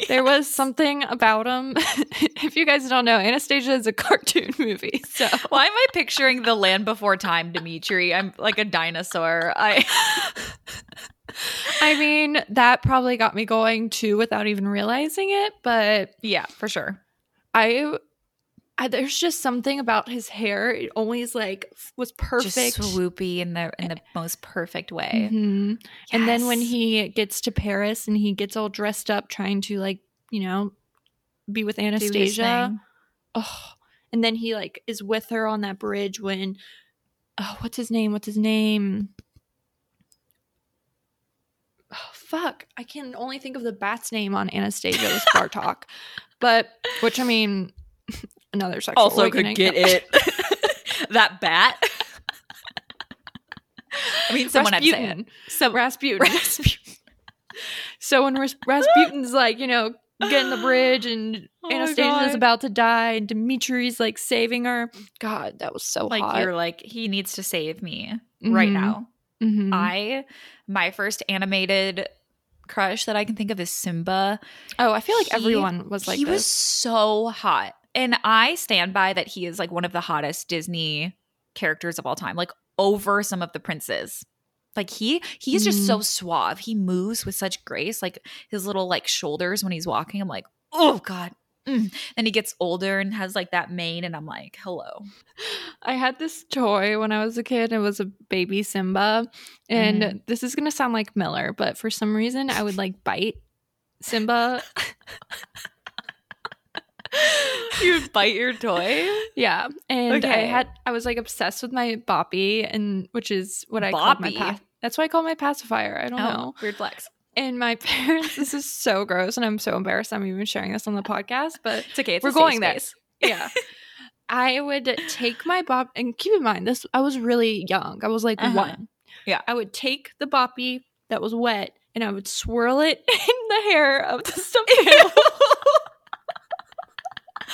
[SPEAKER 1] There was something about him. if you guys don't know, Anastasia is a cartoon movie. So
[SPEAKER 2] Why am I picturing the land before time, Dimitri? I'm like a dinosaur. I
[SPEAKER 1] I mean, that probably got me going too without even realizing it, but
[SPEAKER 2] yeah, for sure.
[SPEAKER 1] I, I there's just something about his hair. It always like f- was perfect.
[SPEAKER 2] Just swoopy in the in the most perfect way.
[SPEAKER 1] Mhm. And then when
[SPEAKER 2] Mm-hmm. Yes.
[SPEAKER 1] he gets to Paris and he gets all dressed up trying to like, you know, be with
[SPEAKER 2] Do his
[SPEAKER 1] Anastasia.
[SPEAKER 2] thing.
[SPEAKER 1] Oh. And then he like is with her on that bridge when oh, what's his name? What's his name? Oh, fuck. I can only think of the bat's name on Anastasia was Bartok. But which I mean another sexual
[SPEAKER 2] also could
[SPEAKER 1] awakening.
[SPEAKER 2] get it. that bat. I mean, someone had to say it.
[SPEAKER 1] Rasputin.
[SPEAKER 2] Some-
[SPEAKER 1] Rasputin. So when Ras- Rasputin's like, you know, getting the bridge and
[SPEAKER 2] Oh my
[SPEAKER 1] Anastasia's
[SPEAKER 2] God.
[SPEAKER 1] about to die and Dimitri's like saving her. God, that was so
[SPEAKER 2] like
[SPEAKER 1] hot.
[SPEAKER 2] you're like he needs to save me right
[SPEAKER 1] Mhm,
[SPEAKER 2] now.
[SPEAKER 1] mhm.
[SPEAKER 2] Mm-hmm. I my first animated crush that I can think of is Simba.
[SPEAKER 1] oh, I feel like
[SPEAKER 2] he-
[SPEAKER 1] everyone was like
[SPEAKER 2] he was
[SPEAKER 1] this.
[SPEAKER 2] so hot, and I stand by that. He is like one of the hottest Disney characters of all time, like over some of the princes. Like he he's just
[SPEAKER 1] Mm.
[SPEAKER 2] so suave. He moves with such grace. Like his little like shoulders when he's walking. I'm like, oh god. Mm. Then he gets older and has like that mane, and I'm like, hello.
[SPEAKER 1] I had this toy when I was a kid. It was a baby Simba, and
[SPEAKER 2] Mm.
[SPEAKER 1] this is gonna sound like Miller, but for some reason, I would like bite Simba.
[SPEAKER 2] you bite your toy.
[SPEAKER 1] Yeah, and I
[SPEAKER 2] Okay.
[SPEAKER 1] had I was like obsessed with my boppy, and which is what I call my
[SPEAKER 2] Boppy?
[SPEAKER 1] pac- That's why I call my pacifier. I don't know.
[SPEAKER 2] weird flex.
[SPEAKER 1] And my parents, this is so gross, and I'm so embarrassed. I'm even sharing this on the podcast, but
[SPEAKER 2] It's okay. It's
[SPEAKER 1] We're
[SPEAKER 2] a safe
[SPEAKER 1] going there.
[SPEAKER 2] space.
[SPEAKER 1] yeah, I would take my bop, and keep in mind this. I was really young. I was like
[SPEAKER 2] Uh-huh.
[SPEAKER 1] one.
[SPEAKER 2] Yeah.
[SPEAKER 1] I would take the boppy that was wet, and I would swirl it in the hair of the stuffed animal.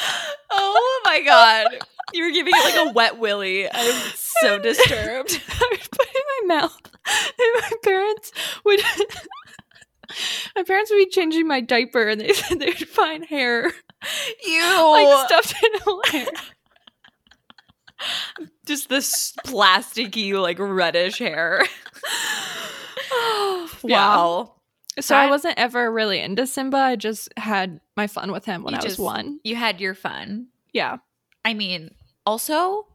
[SPEAKER 2] oh my god. You were giving it like a wet willy. I'm so disturbed.
[SPEAKER 1] I would put it in my mouth. And my parents would my parents would be changing my diaper and they said they would find hair.
[SPEAKER 2] You Oh.
[SPEAKER 1] Like stuffed animal hair.
[SPEAKER 2] just this plasticky, like reddish hair. wow.
[SPEAKER 1] So I
[SPEAKER 2] That-
[SPEAKER 1] wasn't ever really into Simba. I just had my fun with him when
[SPEAKER 2] You
[SPEAKER 1] I
[SPEAKER 2] just-
[SPEAKER 1] was one.
[SPEAKER 2] You had your fun.
[SPEAKER 1] Yeah.
[SPEAKER 2] I mean, also,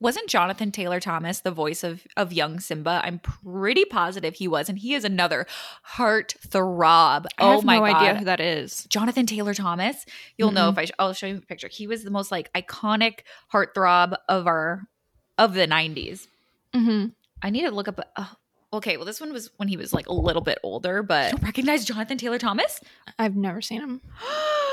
[SPEAKER 2] wasn't Jonathan Taylor Thomas the voice of of young Simba? I'm pretty positive he was, and he is another heart throb.
[SPEAKER 1] I
[SPEAKER 2] oh
[SPEAKER 1] have
[SPEAKER 2] my
[SPEAKER 1] no
[SPEAKER 2] god.
[SPEAKER 1] idea who that is.
[SPEAKER 2] Jonathan Taylor Thomas. You'll know if I sh- I'll show you a picture. He was the most like iconic heartthrob of our of the 90s.
[SPEAKER 1] Mm-hmm.
[SPEAKER 2] I need to look up oh, okay, well this one was when he was like a little bit older, but you don't recognize Jonathan Taylor Thomas?
[SPEAKER 1] I've never seen him.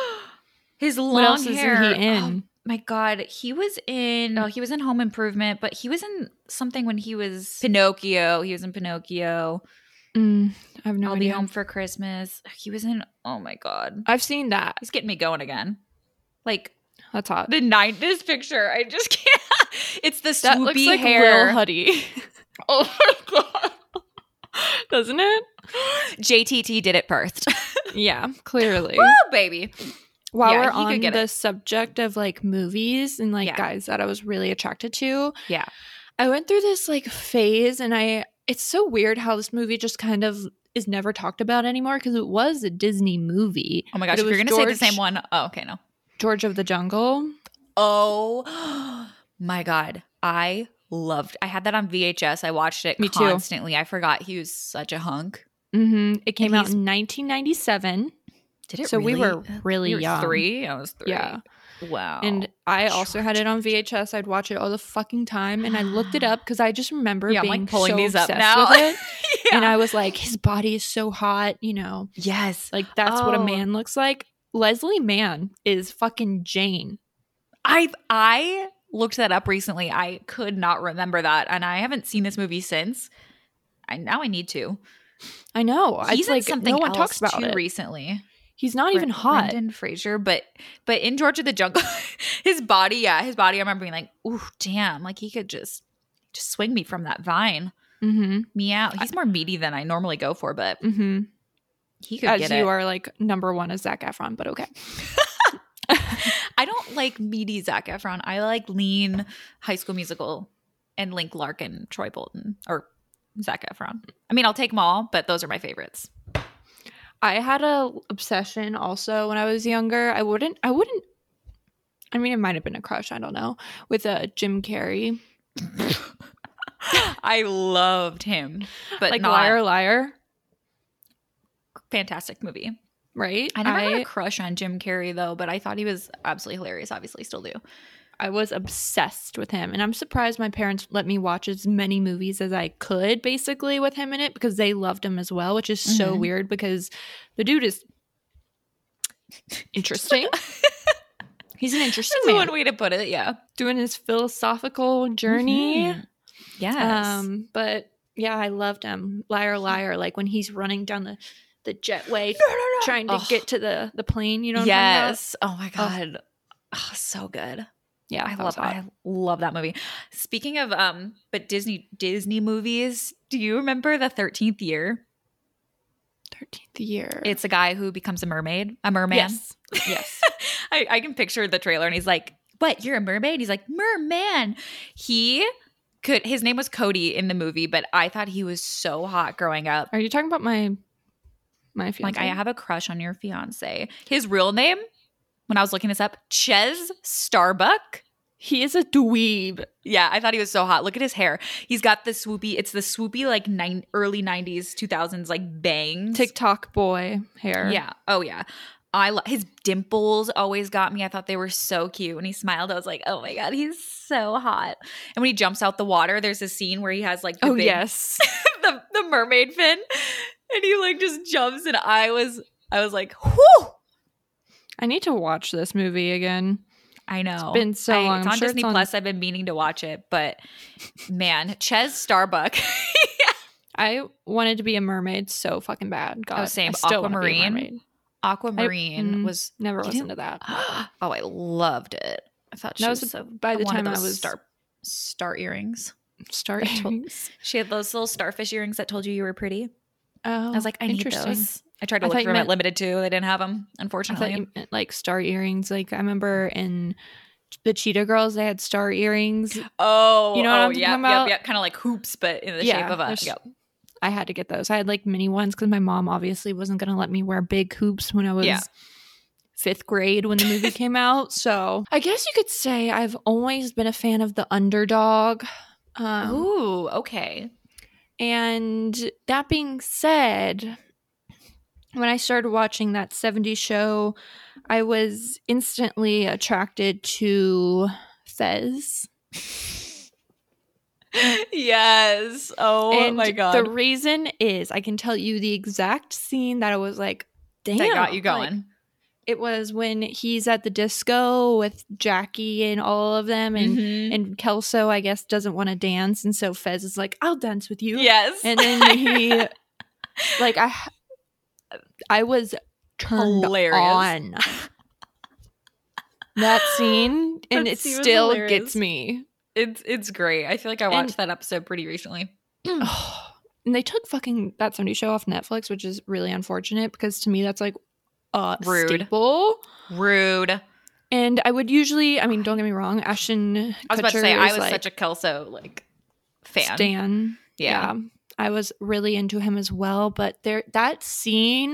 [SPEAKER 2] His long
[SPEAKER 1] What else
[SPEAKER 2] hair.
[SPEAKER 1] is he
[SPEAKER 2] Oh,
[SPEAKER 1] in?
[SPEAKER 2] my god, he was in oh, he was in Home Improvement, but he was in something when he was Pinocchio. He was in Pinocchio.
[SPEAKER 1] Mm, I have no
[SPEAKER 2] I'll be
[SPEAKER 1] idea.
[SPEAKER 2] home for Christmas. He was in oh my god.
[SPEAKER 1] I've seen that.
[SPEAKER 2] He's getting me going again. Like
[SPEAKER 1] That's hot.
[SPEAKER 2] the nine this picture i just can't it's the swoopy
[SPEAKER 1] That looks like
[SPEAKER 2] hair
[SPEAKER 1] Lil Huddy,
[SPEAKER 2] oh my god
[SPEAKER 1] doesn't it?
[SPEAKER 2] jtt did it first
[SPEAKER 1] Yeah, clearly.
[SPEAKER 2] oh baby
[SPEAKER 1] While
[SPEAKER 2] Yeah,
[SPEAKER 1] we're
[SPEAKER 2] he could
[SPEAKER 1] on
[SPEAKER 2] get
[SPEAKER 1] the
[SPEAKER 2] it.
[SPEAKER 1] subject of like movies and like
[SPEAKER 2] Yeah.
[SPEAKER 1] guys that I was really attracted to,
[SPEAKER 2] yeah
[SPEAKER 1] I went through this like phase and I it's so weird how this movie just kind of is never talked about anymore because it was a Disney movie.
[SPEAKER 2] oh my gosh
[SPEAKER 1] But it
[SPEAKER 2] if you're
[SPEAKER 1] was
[SPEAKER 2] gonna say the
[SPEAKER 1] George-
[SPEAKER 2] same one oh okay no
[SPEAKER 1] George of the Jungle.
[SPEAKER 2] oh my god i loved i had that on vhs i watched it
[SPEAKER 1] Me too.
[SPEAKER 2] constantly i forgot he was such a hunk
[SPEAKER 1] hmm It came
[SPEAKER 2] And
[SPEAKER 1] out
[SPEAKER 2] he's-
[SPEAKER 1] in 1997.
[SPEAKER 2] did it
[SPEAKER 1] So we
[SPEAKER 2] really-
[SPEAKER 1] were really
[SPEAKER 2] You were
[SPEAKER 1] young.
[SPEAKER 2] three Oh, i was three
[SPEAKER 1] Yeah.
[SPEAKER 2] wow
[SPEAKER 1] And I also had it on VHS. I'd watch it all the fucking time. And I looked it up because I just remember
[SPEAKER 2] Yeah, I'm,
[SPEAKER 1] being
[SPEAKER 2] like, pulling
[SPEAKER 1] so
[SPEAKER 2] these up
[SPEAKER 1] obsessed
[SPEAKER 2] now.
[SPEAKER 1] with it.
[SPEAKER 2] Yeah.
[SPEAKER 1] And I was like, his body is so hot, you know.
[SPEAKER 2] yes
[SPEAKER 1] Like that's what a
[SPEAKER 2] Oh.
[SPEAKER 1] man looks like. Leslie Mann is fucking Jane.
[SPEAKER 2] I I looked that up recently. I could not remember that, and I haven't seen this movie since. I now I need to.
[SPEAKER 1] I know.
[SPEAKER 2] He's
[SPEAKER 1] It's
[SPEAKER 2] in
[SPEAKER 1] like
[SPEAKER 2] something
[SPEAKER 1] no one
[SPEAKER 2] else
[SPEAKER 1] talks about
[SPEAKER 2] too
[SPEAKER 1] it.
[SPEAKER 2] recently.
[SPEAKER 1] He's not even hot.
[SPEAKER 2] Brendan Fraser, but but in George of the Jungle, his body, yeah, his body. I remember being like, "Ooh, damn!" Like he could just just swing me from that vine,
[SPEAKER 1] Mm-hmm.
[SPEAKER 2] me out. He's more meaty than I normally go for, but
[SPEAKER 1] Mm-hmm.
[SPEAKER 2] he could
[SPEAKER 1] As
[SPEAKER 2] get
[SPEAKER 1] you
[SPEAKER 2] it.
[SPEAKER 1] are like number one as Zach Efron, but okay.
[SPEAKER 2] I don't like meaty Zac Efron. I like lean High School Musical and Link Larkin, Troy Bolton, or Zac Efron. I mean, I'll take them all, but those are my favorites.
[SPEAKER 1] I had a obsession also when I was younger. I wouldn't. I wouldn't. I mean, it might have been a crush. I don't know. With uh, Jim Carrey,
[SPEAKER 2] I loved him, but
[SPEAKER 1] like
[SPEAKER 2] not
[SPEAKER 1] Liar Liar,
[SPEAKER 2] fantastic movie.
[SPEAKER 1] right?
[SPEAKER 2] I never had
[SPEAKER 1] I,
[SPEAKER 2] a crush on Jim Carrey though, but I thought he was absolutely hilarious. Obviously, still do.
[SPEAKER 1] I was obsessed with him, and I'm surprised my parents let me watch as many movies as I could, basically with him in it, because they loved him as well, which is so
[SPEAKER 2] Mhm.
[SPEAKER 1] weird because the dude is interesting. He's an interesting
[SPEAKER 2] That's
[SPEAKER 1] man
[SPEAKER 2] one way to put it. Yeah.
[SPEAKER 1] doing his philosophical journey.
[SPEAKER 2] Mhm. Yes.
[SPEAKER 1] Um, but yeah, I loved him. Liar, liar. Like when he's running down the the jetway, trying to
[SPEAKER 2] Ugh.
[SPEAKER 1] get to the the plane. You know? What I'm talking
[SPEAKER 2] yes. Oh my god. Oh, so good.
[SPEAKER 1] about?
[SPEAKER 2] I
[SPEAKER 1] Yeah,
[SPEAKER 2] love I love that movie. Speaking of um but Disney Disney movies, do you remember the 13th year?
[SPEAKER 1] Thirteenth year.
[SPEAKER 2] It's a guy who becomes a mermaid, a merman.
[SPEAKER 1] Yes. yes.
[SPEAKER 2] I, I can picture the trailer and he's like, What, you're a mermaid? He's like, Merman. He could his name was Cody in the movie, but I thought he was so hot growing up.
[SPEAKER 1] Are you talking about my my
[SPEAKER 2] Like
[SPEAKER 1] fiance?
[SPEAKER 2] I have a crush on your fiance. His real name, when I was looking this up, Ches Starbuck.
[SPEAKER 1] He is a dweeb.
[SPEAKER 2] Yeah, I thought he was so hot. Look at his hair. He's got the swoopy. It's the swoopy like nine early '90s, 2000s like bangs.
[SPEAKER 1] TikTok boy hair.
[SPEAKER 2] Yeah. Oh yeah. I lo- his dimples always got me. I thought they were so cute. When he smiled, I was like, "Oh my god, he's so hot!" And when he jumps out the water, there's a scene where he has like the
[SPEAKER 1] Oh
[SPEAKER 2] big-
[SPEAKER 1] yes.
[SPEAKER 2] the, the mermaid fin, and he like just jumps, and I was I was like, "Whoo!"
[SPEAKER 1] I need to watch this movie again.
[SPEAKER 2] I know.
[SPEAKER 1] been so
[SPEAKER 2] Oh. I-
[SPEAKER 1] long.
[SPEAKER 2] It's
[SPEAKER 1] I'm
[SPEAKER 2] on
[SPEAKER 1] sure it's
[SPEAKER 2] Disney
[SPEAKER 1] on-
[SPEAKER 2] Plus. I've been meaning to watch it, but man, Ches Starbuck.
[SPEAKER 1] I wanted to be a mermaid so fucking bad. God,
[SPEAKER 2] Oh,
[SPEAKER 1] I
[SPEAKER 2] same.
[SPEAKER 1] still wanna be a
[SPEAKER 2] Aquamarine.
[SPEAKER 1] mermaid.
[SPEAKER 2] Aquamarine
[SPEAKER 1] mm.
[SPEAKER 2] was
[SPEAKER 1] Never
[SPEAKER 2] You
[SPEAKER 1] was
[SPEAKER 2] didn't-
[SPEAKER 1] into that.
[SPEAKER 2] oh, I loved it. I thought she
[SPEAKER 1] That
[SPEAKER 2] was,
[SPEAKER 1] was
[SPEAKER 2] so
[SPEAKER 1] By the
[SPEAKER 2] one of
[SPEAKER 1] time I
[SPEAKER 2] those
[SPEAKER 1] was
[SPEAKER 2] star star earrings.
[SPEAKER 1] start
[SPEAKER 2] I told- She had those little starfish earrings that told you you were pretty.
[SPEAKER 1] Oh,
[SPEAKER 2] I was like, I need
[SPEAKER 1] interesting.
[SPEAKER 2] those. I tried to
[SPEAKER 1] I
[SPEAKER 2] look
[SPEAKER 1] thought
[SPEAKER 2] for
[SPEAKER 1] you
[SPEAKER 2] them at
[SPEAKER 1] meant-
[SPEAKER 2] Limited too. They didn't have them,
[SPEAKER 1] I
[SPEAKER 2] unfortunately.
[SPEAKER 1] thought you meant like star earrings. Like I remember in the Cheetah Girls, they had star earrings.
[SPEAKER 2] oh,
[SPEAKER 1] You know what
[SPEAKER 2] oh,
[SPEAKER 1] I'm
[SPEAKER 2] yep,
[SPEAKER 1] talking about?
[SPEAKER 2] Yep, yep. Kind of like hoops, but in the
[SPEAKER 1] Yeah,
[SPEAKER 2] shape of a.
[SPEAKER 1] there's-
[SPEAKER 2] Yep.
[SPEAKER 1] I had to get those. I had like mini ones because my mom obviously wasn't going to let me wear big hoops when I was
[SPEAKER 2] Yeah.
[SPEAKER 1] fifth grade when the movie came out. So I guess you could say I've always been a fan of the underdog. Um,
[SPEAKER 2] Ooh, okay.
[SPEAKER 1] And that being said, when I started watching that 70s show, I was instantly attracted to Fez.
[SPEAKER 2] yes. Oh
[SPEAKER 1] and
[SPEAKER 2] my god.
[SPEAKER 1] The reason is I can tell you the exact scene that I was like, damn.
[SPEAKER 2] that got you
[SPEAKER 1] Like,
[SPEAKER 2] going.
[SPEAKER 1] it was when he's at the disco with Jackie and all of them and
[SPEAKER 2] Mhm.
[SPEAKER 1] and Kelso, I guess, doesn't want to dance. And so Fez is like, I'll dance with you.
[SPEAKER 2] yes.
[SPEAKER 1] and then he like i i was turned
[SPEAKER 2] Hilarious.
[SPEAKER 1] on that scene and
[SPEAKER 2] That
[SPEAKER 1] it
[SPEAKER 2] scene was
[SPEAKER 1] still
[SPEAKER 2] hilarious.
[SPEAKER 1] gets me
[SPEAKER 2] it's it's great. I feel like I
[SPEAKER 1] And-
[SPEAKER 2] watched that episode pretty recently.
[SPEAKER 1] and they took fucking that 70 show off netflix which is really unfortunate because to me that's like a
[SPEAKER 2] Rude.
[SPEAKER 1] staple
[SPEAKER 2] Rude. I
[SPEAKER 1] and i would usually i mean don't get me wrong ashton i
[SPEAKER 2] was about to say I was such a Kelso like fan.
[SPEAKER 1] stan
[SPEAKER 2] yeah.
[SPEAKER 1] yeah i was really into him as well but there that scene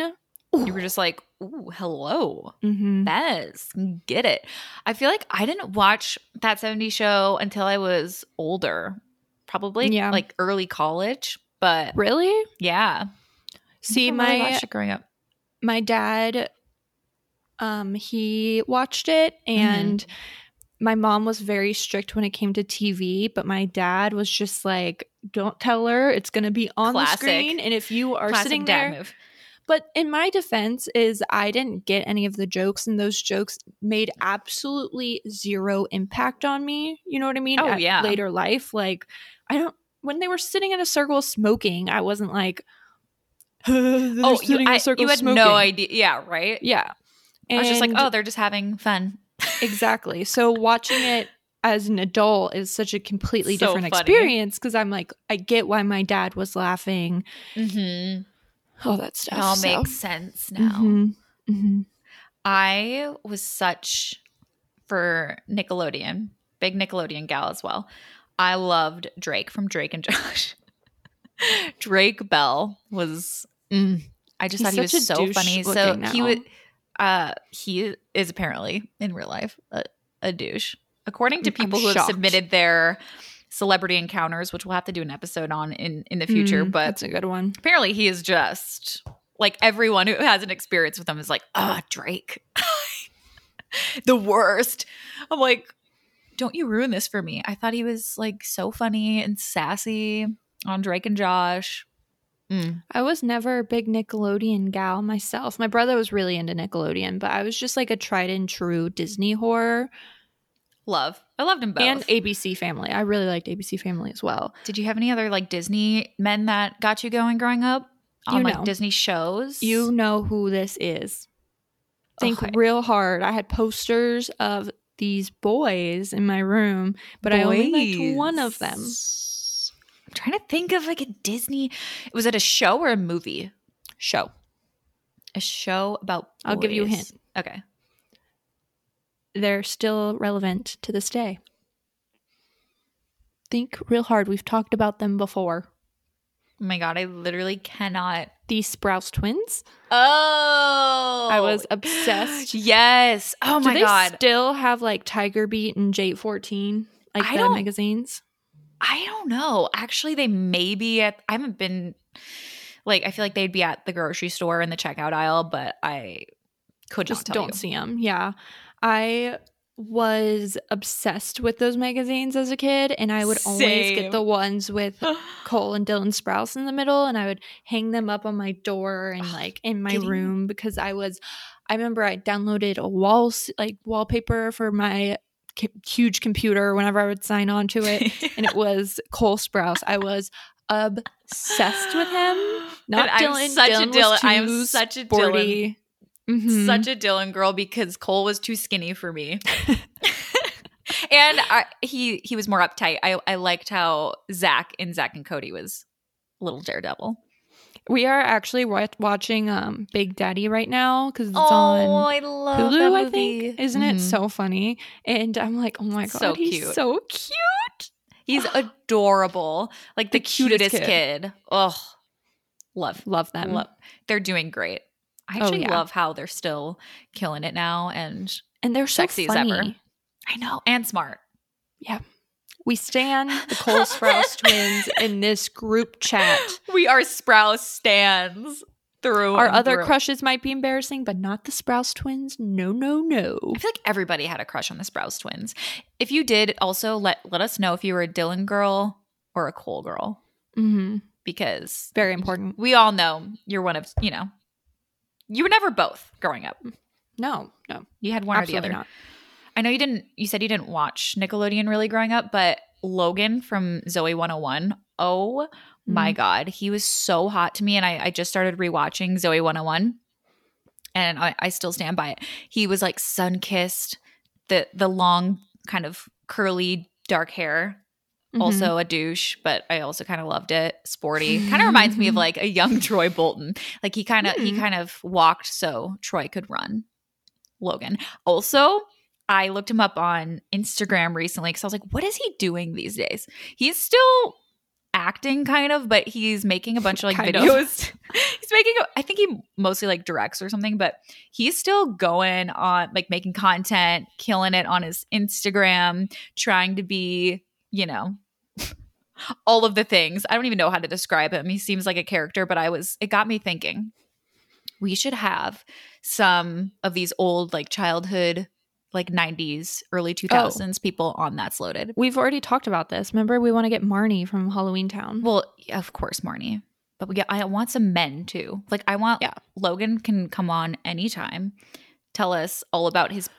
[SPEAKER 2] You were just like, ooh, hello.
[SPEAKER 1] mhm.
[SPEAKER 2] Bez. Get it. I feel like I didn't watch that 70s show until I was older. Probably
[SPEAKER 1] Yeah.
[SPEAKER 2] like early college. But
[SPEAKER 1] really
[SPEAKER 2] yeah.
[SPEAKER 1] see
[SPEAKER 2] I never really
[SPEAKER 1] my
[SPEAKER 2] watched it growing up.
[SPEAKER 1] my dad um he watched it
[SPEAKER 2] Mm-hmm.
[SPEAKER 1] and my mom was very strict when it came to TV but my dad was just like don't tell her it's going to be on
[SPEAKER 2] Classic.
[SPEAKER 1] the screen and if you are
[SPEAKER 2] Classic
[SPEAKER 1] sitting
[SPEAKER 2] dad
[SPEAKER 1] there
[SPEAKER 2] move.
[SPEAKER 1] but in my defense is I didn't get any of the jokes and those jokes made absolutely zero impact on me you know what I mean
[SPEAKER 2] Oh,
[SPEAKER 1] At
[SPEAKER 2] yeah.
[SPEAKER 1] later life like I don't when they were sitting in a circle smoking I wasn't like
[SPEAKER 2] oh, you, I- you had no idea. Yeah, right.
[SPEAKER 1] Yeah.
[SPEAKER 2] I was just like,
[SPEAKER 1] And-
[SPEAKER 2] oh, they're just having fun.
[SPEAKER 1] Exactly. So watching it as an adult is such a completely
[SPEAKER 2] So
[SPEAKER 1] different
[SPEAKER 2] funny.
[SPEAKER 1] experience because I'm like, I get why my dad was laughing,
[SPEAKER 2] Mm-hmm.
[SPEAKER 1] all that
[SPEAKER 2] It
[SPEAKER 1] stuff.
[SPEAKER 2] all
[SPEAKER 1] so-
[SPEAKER 2] makes sense now.
[SPEAKER 1] Mhm. Mhm.
[SPEAKER 2] I was such for Nickelodeon, big Nickelodeon gal as well. I loved Drake from Drake and Josh. Drake Bell was mm, I just
[SPEAKER 1] He's
[SPEAKER 2] thought he was
[SPEAKER 1] such a
[SPEAKER 2] so
[SPEAKER 1] douche
[SPEAKER 2] funny. So
[SPEAKER 1] looking
[SPEAKER 2] he
[SPEAKER 1] now.
[SPEAKER 2] would uh he is apparently in real life a, a douche. According to
[SPEAKER 1] I'm- I'm
[SPEAKER 2] people who have
[SPEAKER 1] shocked.
[SPEAKER 2] submitted their celebrity encounters, which we'll have to do an episode on in in the future,
[SPEAKER 1] Mm,
[SPEAKER 2] but
[SPEAKER 1] that's a good one.
[SPEAKER 2] apparently he is just like everyone who has an experience with him is like, ah, Drake, the worst. I'm like, don't you ruin this for me? I thought he was like so funny and sassy on Drake and Josh. Mm.
[SPEAKER 1] I was never a big Nickelodeon gal myself. My brother was really into Nickelodeon, but I was just like a tried and true Disney horror
[SPEAKER 2] Love. I loved him both.
[SPEAKER 1] and ABC Family. I really liked ABC Family as well.
[SPEAKER 2] Did you have any other like Disney men that got you going growing up on
[SPEAKER 1] You
[SPEAKER 2] like
[SPEAKER 1] know.
[SPEAKER 2] Disney shows?
[SPEAKER 1] You know who this is. Think
[SPEAKER 2] Okay.
[SPEAKER 1] real hard. I had posters of these boys in my room, but I only liked one of them.
[SPEAKER 2] Boys. I'm trying to think of like a Disney. Was it a show or a movie?
[SPEAKER 1] Show.
[SPEAKER 2] A show about.
[SPEAKER 1] I'll give you a
[SPEAKER 2] boys. Okay.
[SPEAKER 1] They're still relevant to this day. Think real hard. We've talked about them before.
[SPEAKER 2] Oh my god, I literally cannot.
[SPEAKER 1] The Sprouse twins.
[SPEAKER 2] Oh,
[SPEAKER 1] I was obsessed.
[SPEAKER 2] Yes. Oh
[SPEAKER 1] Do
[SPEAKER 2] my
[SPEAKER 1] they
[SPEAKER 2] god.
[SPEAKER 1] still have like Tiger Beat and Jade 14? Like
[SPEAKER 2] I
[SPEAKER 1] the
[SPEAKER 2] don't-
[SPEAKER 1] magazines?
[SPEAKER 2] I don't know. Actually, they may be at. I haven't been. Like, I feel like they'd be at the grocery store in the checkout aisle, but I could
[SPEAKER 1] just
[SPEAKER 2] not tell
[SPEAKER 1] don't
[SPEAKER 2] you.
[SPEAKER 1] see them. Yeah. I was obsessed with those magazines as a kid, and I would always
[SPEAKER 2] Same.
[SPEAKER 1] get the ones with Cole and Dylan Sprouse in the middle, and I would hang them up on my door and
[SPEAKER 2] Ugh,
[SPEAKER 1] like in my
[SPEAKER 2] getting-
[SPEAKER 1] room because I was, I remember I downloaded a wall s- like wallpaper for my c- huge computer whenever I would sign on to it, and it was Cole Sprouse. I was obsessed with him. Not
[SPEAKER 2] And I'm
[SPEAKER 1] Dylan.
[SPEAKER 2] such a
[SPEAKER 1] Dylan was
[SPEAKER 2] Dylan- I am
[SPEAKER 1] too
[SPEAKER 2] such a Dylan-
[SPEAKER 1] sporty. Mhm.
[SPEAKER 2] Such a Dylan girl because Cole was too skinny for me. and I, he he was more uptight. I, I liked how Zach in Zach and Cody was a little daredevil.
[SPEAKER 1] We are actually wa- watching um, Big Daddy right now because it's
[SPEAKER 2] oh,
[SPEAKER 1] on
[SPEAKER 2] I
[SPEAKER 1] Hulu,
[SPEAKER 2] love that
[SPEAKER 1] I think.
[SPEAKER 2] movie.
[SPEAKER 1] Isn't it
[SPEAKER 2] Mhm.
[SPEAKER 1] so funny? And I'm like, oh my god,
[SPEAKER 2] So
[SPEAKER 1] he's
[SPEAKER 2] cute.
[SPEAKER 1] so cute.
[SPEAKER 2] He's adorable. Like the,
[SPEAKER 1] The
[SPEAKER 2] cutest,
[SPEAKER 1] cutest
[SPEAKER 2] kid. Oh, love,
[SPEAKER 1] Love them.
[SPEAKER 2] love. They're doing great. I
[SPEAKER 1] Oh,
[SPEAKER 2] actually
[SPEAKER 1] yeah.
[SPEAKER 2] love how they're still killing it now, and
[SPEAKER 1] And they're so
[SPEAKER 2] Sexy as
[SPEAKER 1] funny.
[SPEAKER 2] ever. I know, and smart.
[SPEAKER 1] We stand the Cole Sprouse twins in this group chat.
[SPEAKER 2] We are Sprouse stands through
[SPEAKER 1] Our
[SPEAKER 2] and
[SPEAKER 1] other
[SPEAKER 2] through.
[SPEAKER 1] crushes might be embarrassing, but not the Sprouse twins. No, no, no.
[SPEAKER 2] I feel like everybody had a crush on the Sprouse twins. If you did, also let let us know if you were a Dylan girl or a Cole girl, Mm-hmm.
[SPEAKER 1] Mhm.
[SPEAKER 2] because
[SPEAKER 1] Very important.
[SPEAKER 2] we all know you're one of you know you were never both growing up.
[SPEAKER 1] No, no,
[SPEAKER 2] You had one
[SPEAKER 1] absolutely
[SPEAKER 2] or the other.
[SPEAKER 1] not.
[SPEAKER 2] I know you didn't. You said you didn't watch Nickelodeon really growing up, but Logan from Zoe 101. Oh my
[SPEAKER 1] Mhm.
[SPEAKER 2] god, he was so hot to me, and I, I just started rewatching Zoe 101, and I, I still stand by it. He was like sun kissed, the the long kind of curly dark hair.
[SPEAKER 1] Mhm.
[SPEAKER 2] Also a douche, but I also kind of loved it. Sporty, kind of reminds me of like a young Troy Bolton. Like he kind of he
[SPEAKER 1] Hmm.
[SPEAKER 2] kind of walked so Troy could run. Logan. Also, I looked him up on Instagram recently because I was like, what is he doing these days? He's still acting kind of, but he's making a bunch of like
[SPEAKER 1] Kind of.
[SPEAKER 2] videos. he's making, a- I think he mostly like directs or something, but he's still going on like making content, killing it on his Instagram, trying to be, you know, all of the things. I don't even know how to describe him. He seems like a character, but I was, it got me thinking we should have some of these old like childhood like 90s early 2000s people on that's loaded
[SPEAKER 1] We've already talked about this. Remember, we want to get Marnie from Halloween Town.
[SPEAKER 2] well of course marnie but we get, i want some men too like i want
[SPEAKER 1] Yeah.
[SPEAKER 2] logan can come on anytime tell us all about his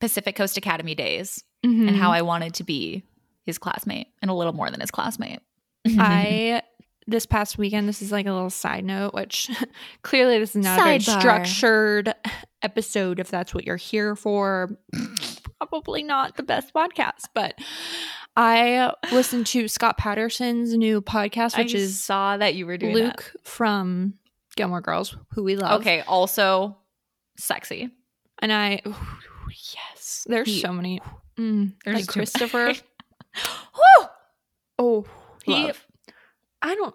[SPEAKER 2] pacific coast academy days and
[SPEAKER 1] Mhm.
[SPEAKER 2] how i wanted to be his classmate and a little more than his classmate
[SPEAKER 1] I this past weekend, this is like a little side note, which clearly this is not a very
[SPEAKER 2] Sidebar.
[SPEAKER 1] structured episode if that's what you're here for. Probably not the best podcast, but I listened to Scott Patterson's new podcast,
[SPEAKER 2] I
[SPEAKER 1] which
[SPEAKER 2] just
[SPEAKER 1] is
[SPEAKER 2] saw that you were doing that.
[SPEAKER 1] Luke from Gilmore Girls, who we love.
[SPEAKER 2] Okay, also sexy.
[SPEAKER 1] And I, yes, there's
[SPEAKER 2] He-
[SPEAKER 1] so many. Mm,
[SPEAKER 2] There's
[SPEAKER 1] like
[SPEAKER 2] too many.
[SPEAKER 1] Christopher.
[SPEAKER 2] Woo!
[SPEAKER 1] oh, he,
[SPEAKER 2] Love.
[SPEAKER 1] I don't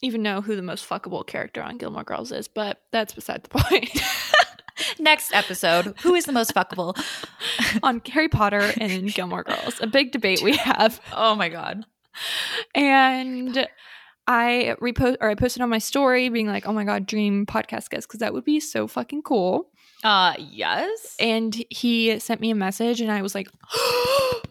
[SPEAKER 1] even know who the most fuckable character on Gilmore Girls is, but that's beside the point.
[SPEAKER 2] Next episode, who is the most fuckable?
[SPEAKER 1] on Harry Potter and in Gilmore Girls, a big debate we have.
[SPEAKER 2] Oh my god.
[SPEAKER 1] And I repost or I posted on my story being like, "Oh my god, dream podcast guest because that would be so fucking cool."
[SPEAKER 2] Uh yes.
[SPEAKER 1] And he sent me a message and I was like,
[SPEAKER 2] he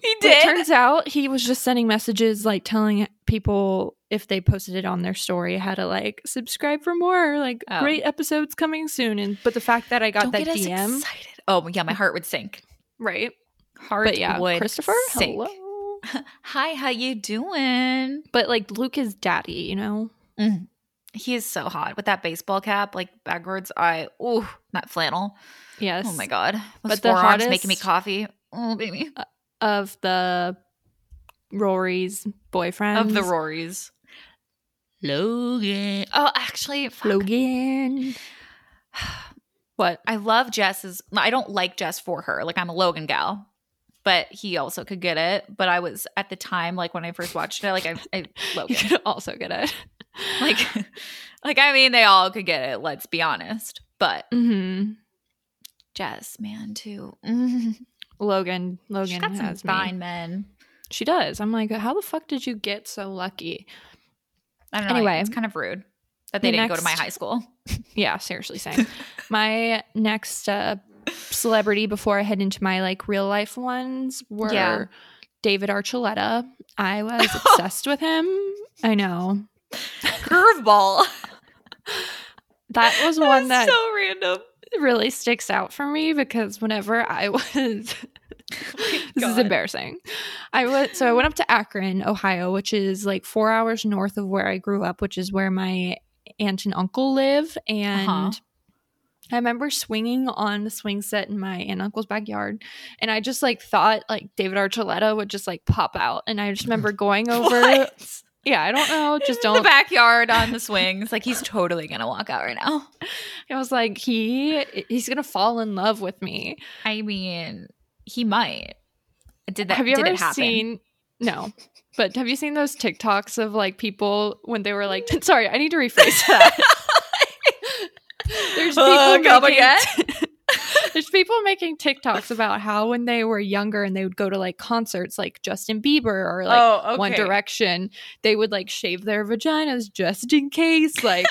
[SPEAKER 1] It
[SPEAKER 2] did.
[SPEAKER 1] turns out he was just sending messages like telling people if they posted it on their story how to like subscribe for more like
[SPEAKER 2] Oh.
[SPEAKER 1] great episodes coming soon and but the fact that I got
[SPEAKER 2] Don't
[SPEAKER 1] that
[SPEAKER 2] get us
[SPEAKER 1] DM
[SPEAKER 2] excited. Oh yeah, my heart would sink.
[SPEAKER 1] right
[SPEAKER 2] Heart
[SPEAKER 1] but yeah
[SPEAKER 2] would
[SPEAKER 1] Christopher
[SPEAKER 2] sink.
[SPEAKER 1] hello
[SPEAKER 2] Hi, how you doing?
[SPEAKER 1] but like Luke is daddy you know
[SPEAKER 2] He is so hot with that baseball cap, like backwards. I ooh, that flannel.
[SPEAKER 1] yes
[SPEAKER 2] Oh my god, Those
[SPEAKER 1] But the
[SPEAKER 2] forearms making me
[SPEAKER 1] hottest-
[SPEAKER 2] coffee. Oh baby,
[SPEAKER 1] of the Rory's boyfriend
[SPEAKER 2] of the Rorys. Logan. Oh, actually, fuck.
[SPEAKER 1] Logan what
[SPEAKER 2] I love Jess's. I don't like Jess for her. Like I'm a Logan gal, but he also could get it. But I was at the time, like when I first watched it, like I, I
[SPEAKER 1] you
[SPEAKER 2] Logan.
[SPEAKER 1] could also get it
[SPEAKER 2] like, like I mean, they all could get it. Let's be honest. But
[SPEAKER 1] hmm
[SPEAKER 2] Jess, man, too.
[SPEAKER 1] Logan Logan
[SPEAKER 2] She got some
[SPEAKER 1] has me.
[SPEAKER 2] fine men.
[SPEAKER 1] She does. I'm like, how the fuck did you get so lucky?
[SPEAKER 2] I don't know. Anyway,
[SPEAKER 1] Anyway.
[SPEAKER 2] it's kind of rude that they
[SPEAKER 1] The
[SPEAKER 2] didn't go to my
[SPEAKER 1] next-
[SPEAKER 2] high school.
[SPEAKER 1] Yeah, seriously, same. my next uh, celebrity before I head into my like real life ones were
[SPEAKER 2] Yeah.
[SPEAKER 1] David Archuleta. I was obsessed with him. I know
[SPEAKER 2] Curveball.
[SPEAKER 1] that was
[SPEAKER 2] That
[SPEAKER 1] one
[SPEAKER 2] is
[SPEAKER 1] that
[SPEAKER 2] so random.
[SPEAKER 1] really sticks out for me because whenever I was. This is
[SPEAKER 2] God.
[SPEAKER 1] embarrassing. I was so I went up to Akron, Ohio, which is like four hours north of where I grew up, which is where my aunt and uncle live. And
[SPEAKER 2] Uh-huh.
[SPEAKER 1] I remember swinging on the swing set in my aunt and uncle's backyard, and I just like thought like David Archuleta would just like pop out, and I just remember going over.
[SPEAKER 2] What?
[SPEAKER 1] Yeah, I don't know, just
[SPEAKER 2] In the
[SPEAKER 1] don't.
[SPEAKER 2] backyard on the swings. Like he's totally gonna walk out right now.
[SPEAKER 1] I was like, he he's gonna fall in love with me.
[SPEAKER 2] I mean, he might. Did that?
[SPEAKER 1] have you
[SPEAKER 2] did
[SPEAKER 1] ever
[SPEAKER 2] it happen?
[SPEAKER 1] seen? No, but have you seen those TikToks of like people when they were like, sorry, I need to rephrase that. There's people
[SPEAKER 2] Oh, come
[SPEAKER 1] making-
[SPEAKER 2] again?
[SPEAKER 1] There's people making TikToks about how when they were younger and they would go to like concerts like Justin Bieber or like
[SPEAKER 2] oh, okay.
[SPEAKER 1] One Direction, they would like shave their vaginas just in case, like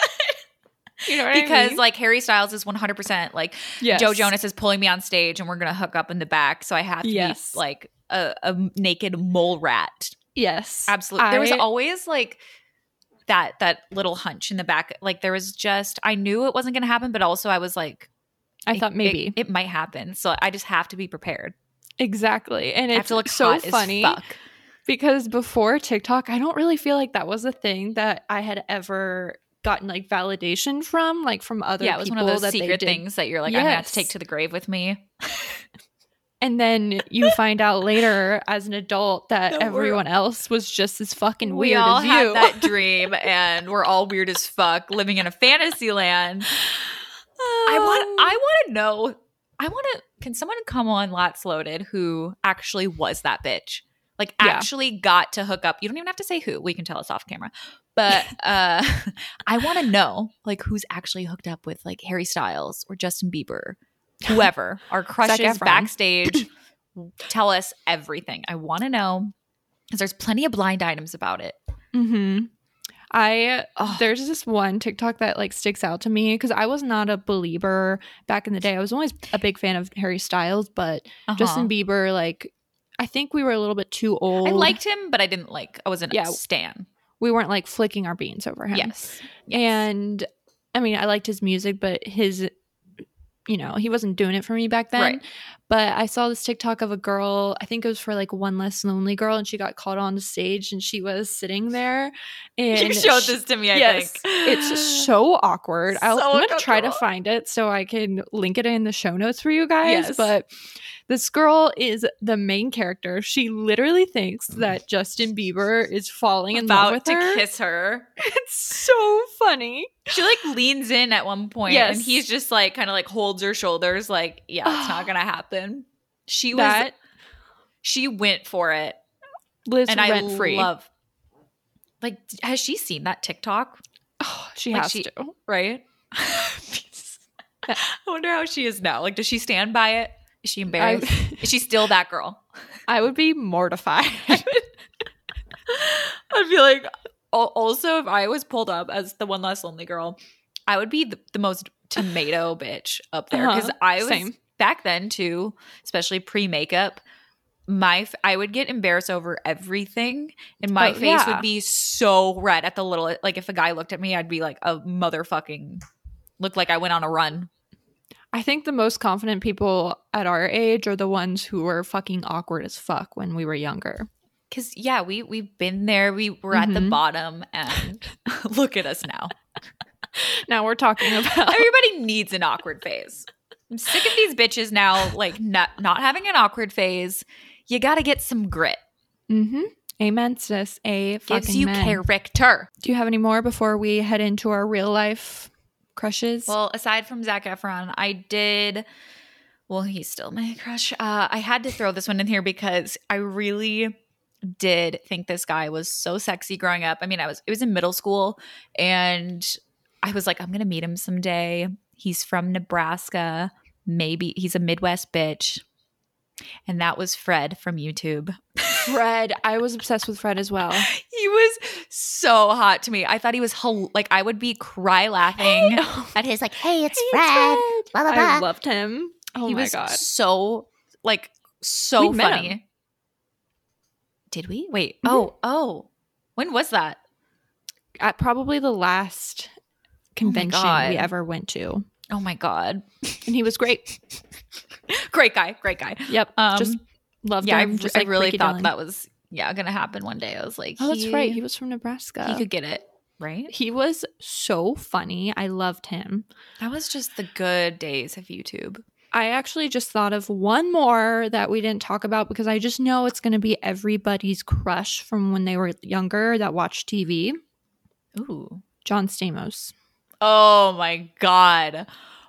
[SPEAKER 1] you know what I
[SPEAKER 2] Because
[SPEAKER 1] mean?
[SPEAKER 2] like Harry Styles is 100 percent like
[SPEAKER 1] yes.
[SPEAKER 2] Joe Jonas is pulling me on stage and we're gonna hook up in the back, so I have to
[SPEAKER 1] Yes.
[SPEAKER 2] be like a, a naked mole rat.
[SPEAKER 1] Yes,
[SPEAKER 2] Absolutely, there was
[SPEAKER 1] I-
[SPEAKER 2] always like that that little hunch in the back. Like there was just I knew it wasn't gonna happen, but also I was like
[SPEAKER 1] I
[SPEAKER 2] it-
[SPEAKER 1] thought
[SPEAKER 2] it-
[SPEAKER 1] maybe
[SPEAKER 2] it, might happen, so I just have to be prepared.
[SPEAKER 1] exactly, and
[SPEAKER 2] I
[SPEAKER 1] it's
[SPEAKER 2] have to look
[SPEAKER 1] so
[SPEAKER 2] hot as
[SPEAKER 1] funny.
[SPEAKER 2] fuck.
[SPEAKER 1] because before TikTok, I don't really feel like that was a thing that I had ever gotten like validation from, like from other
[SPEAKER 2] yeah, it was
[SPEAKER 1] people
[SPEAKER 2] one of those
[SPEAKER 1] that they
[SPEAKER 2] secret
[SPEAKER 1] did.
[SPEAKER 2] things that you're like, I'm gonna have to take
[SPEAKER 1] Yes.
[SPEAKER 2] to the grave with me.
[SPEAKER 1] And then you find out later as an adult that
[SPEAKER 2] That we're-
[SPEAKER 1] everyone else was just as fucking
[SPEAKER 2] we
[SPEAKER 1] weird
[SPEAKER 2] all
[SPEAKER 1] as
[SPEAKER 2] have
[SPEAKER 1] you.
[SPEAKER 2] that dream, and we're all weird as fuck, living in a fantasy land. I
[SPEAKER 1] Um,
[SPEAKER 2] want, I want to know. I want to. Can someone come on Lots Loaded who actually was that bitch? Like
[SPEAKER 1] Yeah.
[SPEAKER 2] actually got to hook up. You don't even have to say who. We can tell us off camera. But uh I want to know like who's actually hooked up with like Harry Styles or Justin Bieber, whoever our crushes
[SPEAKER 1] Efron.
[SPEAKER 2] backstage. tell us everything. I want to know because there's plenty of blind items about it.
[SPEAKER 1] hmm I
[SPEAKER 2] Oh,
[SPEAKER 1] there's this one TikTok that like sticks out to me because I was not a believer back in the day. I was always a big fan of Harry Styles, but
[SPEAKER 2] Uh-huh.
[SPEAKER 1] Justin Bieber, like I think we were a little bit too old.
[SPEAKER 2] I liked him, but I didn't like. I wasn't
[SPEAKER 1] Yeah.
[SPEAKER 2] a stan.
[SPEAKER 1] we weren't like flicking our beans over him.
[SPEAKER 2] Yes. Yes.
[SPEAKER 1] And I mean, I liked his music, but his, you know, he wasn't doing it for me back then.
[SPEAKER 2] Right.
[SPEAKER 1] But I saw this TikTok of a girl, I think it was for like One Less Lonely Girl, and she got called on stage and she was sitting there. And
[SPEAKER 2] you showed
[SPEAKER 1] she-
[SPEAKER 2] this to me, I
[SPEAKER 1] yes,
[SPEAKER 2] think.
[SPEAKER 1] It's so awkward. I'll,
[SPEAKER 2] So
[SPEAKER 1] I'm going to try to
[SPEAKER 2] uncomfortable.
[SPEAKER 1] find it so I can link it in the show notes for you guys.
[SPEAKER 2] Yes.
[SPEAKER 1] But this girl is the main character. She literally thinks that Justin Bieber is falling in love
[SPEAKER 2] about
[SPEAKER 1] with
[SPEAKER 2] to
[SPEAKER 1] her.
[SPEAKER 2] kiss her.
[SPEAKER 1] It's so funny.
[SPEAKER 2] She like leans in at one point, and
[SPEAKER 1] Yes.
[SPEAKER 2] he's just like kind of like holds her shoulders, like, yeah, it's not gonna happen. She was
[SPEAKER 1] That
[SPEAKER 2] she went for it,
[SPEAKER 1] lives
[SPEAKER 2] and I
[SPEAKER 1] rent free.
[SPEAKER 2] love. Like, has she seen that TikTok?
[SPEAKER 1] Oh, she
[SPEAKER 2] Like
[SPEAKER 1] has
[SPEAKER 2] she-
[SPEAKER 1] to.
[SPEAKER 2] Right? I wonder how she is now. Like, does she stand by it? Is she
[SPEAKER 1] I,
[SPEAKER 2] embarrassed? is she still that girl?
[SPEAKER 1] I would be mortified.
[SPEAKER 2] I'd be like, al- also, if I was pulled up as the one less lonely girl, I would be the, the most tomato bitch up there because
[SPEAKER 1] Uh-huh.
[SPEAKER 2] I was
[SPEAKER 1] Same.
[SPEAKER 2] back then too, especially pre makeup. My f- I would get embarrassed over everything, and my
[SPEAKER 1] Oh,
[SPEAKER 2] face
[SPEAKER 1] yeah.
[SPEAKER 2] would be so red at the little. Like if a guy looked at me, I'd be like a motherfucking look like I went on a run.
[SPEAKER 1] I think the most confident people at our age are the ones who were fucking awkward as fuck when we were younger.
[SPEAKER 2] Cause yeah, we we've been there. We were at the
[SPEAKER 1] Mhm.
[SPEAKER 2] bottom, and look at us now.
[SPEAKER 1] Now we're talking about
[SPEAKER 2] Everybody needs an awkward phase. I'm sick of these bitches now, like not not having an awkward phase. You got to get some grit.
[SPEAKER 1] mm-hmm. Amen, sis. A
[SPEAKER 2] Gives
[SPEAKER 1] fucking
[SPEAKER 2] you
[SPEAKER 1] men.
[SPEAKER 2] character.
[SPEAKER 1] Do you have any more before we head into our real life crushes?
[SPEAKER 2] Well, aside from Zach Efron, I did. Well, he's still my crush. Uh, I had to throw this one in here because I really did think this guy was so sexy growing up. I mean, I was it was in middle school, and I was like, I'm gonna meet him someday. He's from Nebraska. Maybe he's a Midwest bitch. And that was Fred from YouTube.
[SPEAKER 1] Fred, I was obsessed with Fred as well.
[SPEAKER 2] He was so hot to me. I thought he was hel- like I would be cry laughing at his like, "Hey, it's Fred." Blah, blah,
[SPEAKER 1] I
[SPEAKER 2] blah.
[SPEAKER 1] loved him. Oh
[SPEAKER 2] he
[SPEAKER 1] my
[SPEAKER 2] was
[SPEAKER 1] god.
[SPEAKER 2] so like so
[SPEAKER 1] We met
[SPEAKER 2] funny.
[SPEAKER 1] him.
[SPEAKER 2] Did we? Wait.
[SPEAKER 1] Mhm.
[SPEAKER 2] Oh, oh. When was that?
[SPEAKER 1] At probably the last convention
[SPEAKER 2] Oh God.
[SPEAKER 1] we ever went to.
[SPEAKER 2] Oh my god.
[SPEAKER 1] And he was great.
[SPEAKER 2] Great guy. Great guy.
[SPEAKER 1] Yep.
[SPEAKER 2] Um,
[SPEAKER 1] just loved
[SPEAKER 2] yeah, I,
[SPEAKER 1] him.
[SPEAKER 2] r-
[SPEAKER 1] just
[SPEAKER 2] I
[SPEAKER 1] like
[SPEAKER 2] really
[SPEAKER 1] Ricky
[SPEAKER 2] thought
[SPEAKER 1] Dillon.
[SPEAKER 2] that was yeah gonna happen one day. I was like,
[SPEAKER 1] Oh, that's
[SPEAKER 2] he-
[SPEAKER 1] right. He was from Nebraska.
[SPEAKER 2] he could get it right.
[SPEAKER 1] He was so funny. I loved him.
[SPEAKER 2] That was just the good days of YouTube.
[SPEAKER 1] I actually just thought of one more that we didn't talk about because I just know it's going to be everybody's crush from when they were younger that watched TV.
[SPEAKER 2] Ooh.
[SPEAKER 1] John Stamos.
[SPEAKER 2] Oh my god.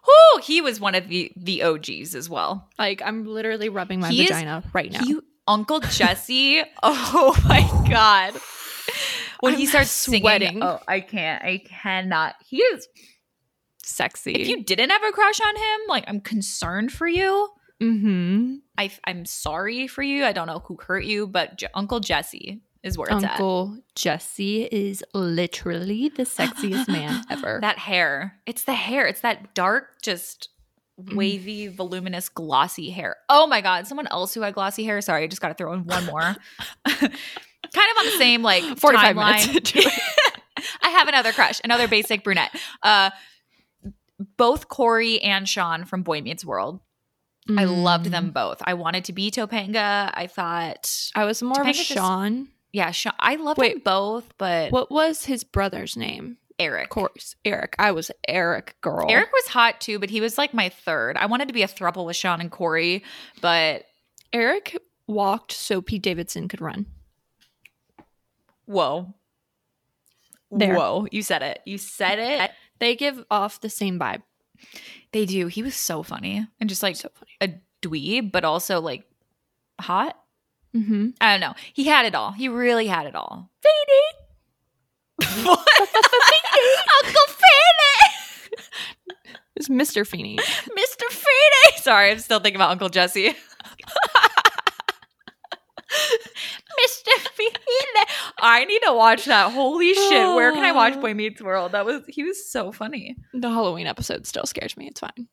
[SPEAKER 2] Whoo, he was one of the the OGs as well.
[SPEAKER 1] Like I'm literally rubbing my
[SPEAKER 2] He is-
[SPEAKER 1] vagina right now.
[SPEAKER 2] He- Uncle Jesse. oh my god. When he
[SPEAKER 1] I'm
[SPEAKER 2] starts
[SPEAKER 1] sweating.
[SPEAKER 2] singing, oh, I can't. I cannot. He is.
[SPEAKER 1] Sexy.
[SPEAKER 2] If you didn't have a crush on him, like I'm concerned for you.
[SPEAKER 1] mm-hmm.
[SPEAKER 2] I, am sorry for you. I don't know who hurt you, but J- Uncle Jesse is where it's at.
[SPEAKER 1] Uncle Jesse is literally the sexiest man ever.
[SPEAKER 2] That hair. It's the hair. It's that dark, just Mm. wavy, voluminous, glossy hair. Oh my God. Someone else who had glossy hair. Sorry, I just got to throw in one more. kind of on the same like
[SPEAKER 1] 45
[SPEAKER 2] timeline.
[SPEAKER 1] minutes.
[SPEAKER 2] I have another crush, another basic brunette. Uh, both Corey and Sean from Boy Meets World. I loved them both. I wanted to be Topanga. I thought,
[SPEAKER 1] Mm. I was more of
[SPEAKER 2] Topanga
[SPEAKER 1] a
[SPEAKER 2] just-
[SPEAKER 1] Sean.
[SPEAKER 2] yeah, Sean, I loved them
[SPEAKER 1] Wait.
[SPEAKER 2] both, but
[SPEAKER 1] What was his brother's name?
[SPEAKER 2] Eric.
[SPEAKER 1] Of course, Eric. I was Eric girl.
[SPEAKER 2] Eric was hot too, but he was like my third. I wanted to be a thruple with Sean and Corey, but
[SPEAKER 1] Eric walked so Pete Davidson could run.
[SPEAKER 2] whoa.
[SPEAKER 1] There.
[SPEAKER 2] Whoa. You said it. You said it.
[SPEAKER 1] They give off the same vibe.
[SPEAKER 2] They do. He was so funny and just like
[SPEAKER 1] So funny.
[SPEAKER 2] a dweeb, but also like hot.
[SPEAKER 1] Mm-hmm.
[SPEAKER 2] I don't know. He had it all. He really had it all. Faded. Uncle Faded.
[SPEAKER 1] It's Mr. Feeney.
[SPEAKER 2] Mr. Faded. Sorry, I'm still thinking about Uncle Jesse. Mr. Faded. I need to watch that. Holy shit. Where can I watch Boy Meets World? That was he was so funny.
[SPEAKER 1] the Halloween episode still scares me. It's fine.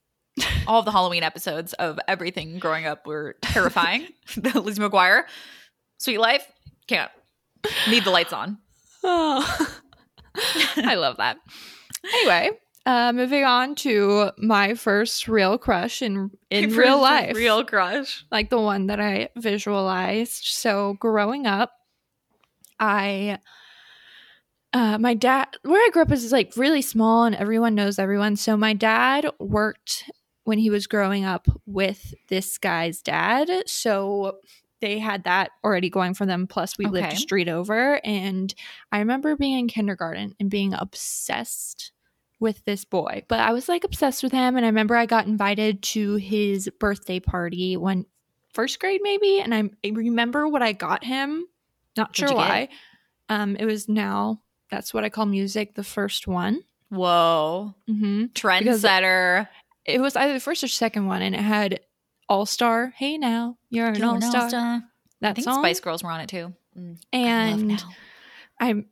[SPEAKER 2] All of the Halloween episodes of everything growing up were terrifying. The Lizzie McGuire. Sweet Life. Can't. Need the lights on.
[SPEAKER 1] Oh. I love that. Anyway, Uh, moving on to my first real crush in in
[SPEAKER 2] Paper
[SPEAKER 1] real
[SPEAKER 2] is a
[SPEAKER 1] life,
[SPEAKER 2] Real crush.
[SPEAKER 1] like the one that I visualized. So growing up, I. Uh, my dad, where I grew up is like really small and everyone knows everyone. So, my dad worked when he was growing up with this guy's dad. So, they had that already going for them. Plus, we lived
[SPEAKER 2] Okay.
[SPEAKER 1] a street over. And I remember being in kindergarten and being obsessed with this boy, but I was like obsessed with him. And I remember I got invited to his birthday party when first grade, maybe. And I I remember what I got him. Not
[SPEAKER 2] What'd
[SPEAKER 1] sure
[SPEAKER 2] you get?
[SPEAKER 1] why. Um, it was now that's what I call music. The first one.
[SPEAKER 2] Whoa.
[SPEAKER 1] hmm
[SPEAKER 2] Trendsetter.
[SPEAKER 1] It was either the first or second one, and it had All Star. Hey now, you're an All Star.
[SPEAKER 2] I
[SPEAKER 1] That
[SPEAKER 2] think
[SPEAKER 1] song.
[SPEAKER 2] Spice Girls were on it too. Mm, I love
[SPEAKER 1] and
[SPEAKER 2] now.
[SPEAKER 1] I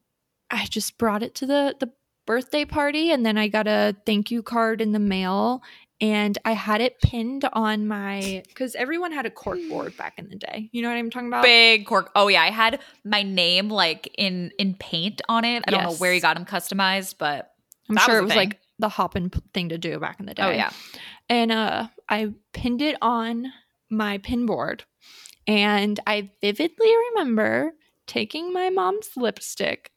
[SPEAKER 1] I just brought it to the the birthday party and then I got a thank you card in the mail and I had it pinned on my cuz everyone had a cork board back in the day. You know what I'm talking about?
[SPEAKER 2] big cork. Oh yeah, I had my name like in in paint on it. I don't know
[SPEAKER 1] Yes.
[SPEAKER 2] where you got them customized, but
[SPEAKER 1] I'm
[SPEAKER 2] that
[SPEAKER 1] sure it
[SPEAKER 2] was a
[SPEAKER 1] was
[SPEAKER 2] thing.
[SPEAKER 1] like the hoppin' p- thing to do back in the day.
[SPEAKER 2] oh yeah,
[SPEAKER 1] and uh, I pinned it on my pin board. And I vividly remember taking my mom's lipstick,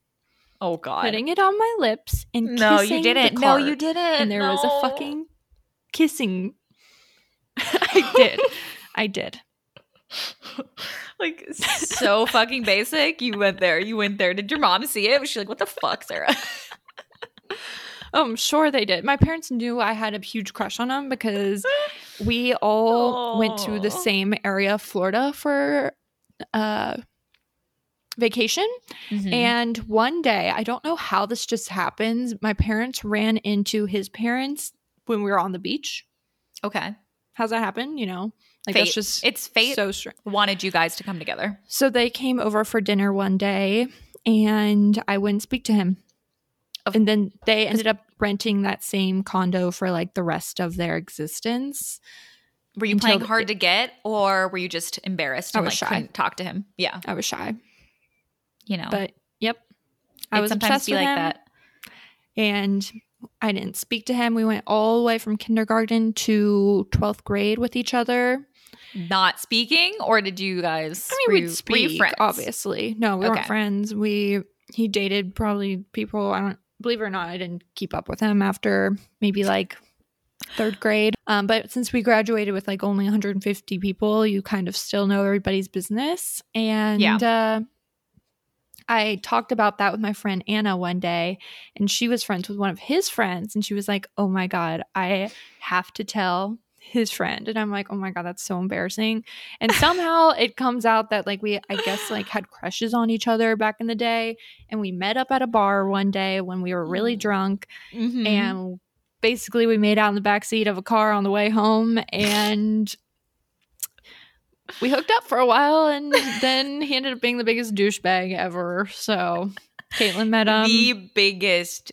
[SPEAKER 2] oh god.
[SPEAKER 1] putting it on my lips, and
[SPEAKER 2] No,
[SPEAKER 1] kissing
[SPEAKER 2] you didn't.
[SPEAKER 1] The
[SPEAKER 2] No,
[SPEAKER 1] card.
[SPEAKER 2] you didn't.
[SPEAKER 1] And there was a
[SPEAKER 2] No.
[SPEAKER 1] fucking kissing. I did. I did.
[SPEAKER 2] like so fucking basic. You went there. You went there. Did your mom see it? Was she like, what the fuck, Sarah?
[SPEAKER 1] Oh, I'm sure they did. My parents knew I had a huge crush on him because we all went to the
[SPEAKER 2] Aw.
[SPEAKER 1] same area, Florida, for uh, vacation.
[SPEAKER 2] Mm-hmm.
[SPEAKER 1] And one day, I don't know how this just happens. My parents ran into his parents when we were on the beach.
[SPEAKER 2] okay,
[SPEAKER 1] How's that happen? You know, like
[SPEAKER 2] Fate.
[SPEAKER 1] that's just
[SPEAKER 2] it's fate
[SPEAKER 1] so strange.
[SPEAKER 2] wanted you guys to come together.
[SPEAKER 1] So they came over for dinner one day and I wouldn't speak to him.
[SPEAKER 2] Of-
[SPEAKER 1] And then they ended up renting that same condo for like the rest of their existence.
[SPEAKER 2] Were you
[SPEAKER 1] Until
[SPEAKER 2] playing
[SPEAKER 1] the-
[SPEAKER 2] hard to get, or were you just embarrassed
[SPEAKER 1] I
[SPEAKER 2] and
[SPEAKER 1] was
[SPEAKER 2] like
[SPEAKER 1] shy.
[SPEAKER 2] couldn't talk to him? Yeah,
[SPEAKER 1] I was shy,
[SPEAKER 2] you know,
[SPEAKER 1] but yep.
[SPEAKER 2] It'd
[SPEAKER 1] I was obsessed with him and I didn't speak to him. We went all the way from kindergarten to 12th grade with each other.
[SPEAKER 2] Not speaking, or did you guys?
[SPEAKER 1] I mean,
[SPEAKER 2] were
[SPEAKER 1] we'd
[SPEAKER 2] you- were you
[SPEAKER 1] speak,
[SPEAKER 2] friends?
[SPEAKER 1] obviously. No, we
[SPEAKER 2] Okay.
[SPEAKER 1] weren't friends. We he dated probably people. I don't believe it or not. I didn't keep up with him after maybe like third grade. Um, but since we graduated with like only 150 people, you kind of still know everybody's business. And uh, I talked about that with my friend Anna one day, and she was friends with one of his friends, and she was like, "Oh my god, I have to tell." His friend and I'm like, oh my god, that's so embarrassing. And somehow it comes out that like we I guess like had crushes on each other back in the day and we met up at a bar one day when we were really
[SPEAKER 2] Mm.
[SPEAKER 1] drunk
[SPEAKER 2] Mhm.
[SPEAKER 1] and basically we made out in the back seat of a car on the way home and we hooked up for a while and then he ended up being the biggest douchebag ever. So Caitlin met him.
[SPEAKER 2] the biggest.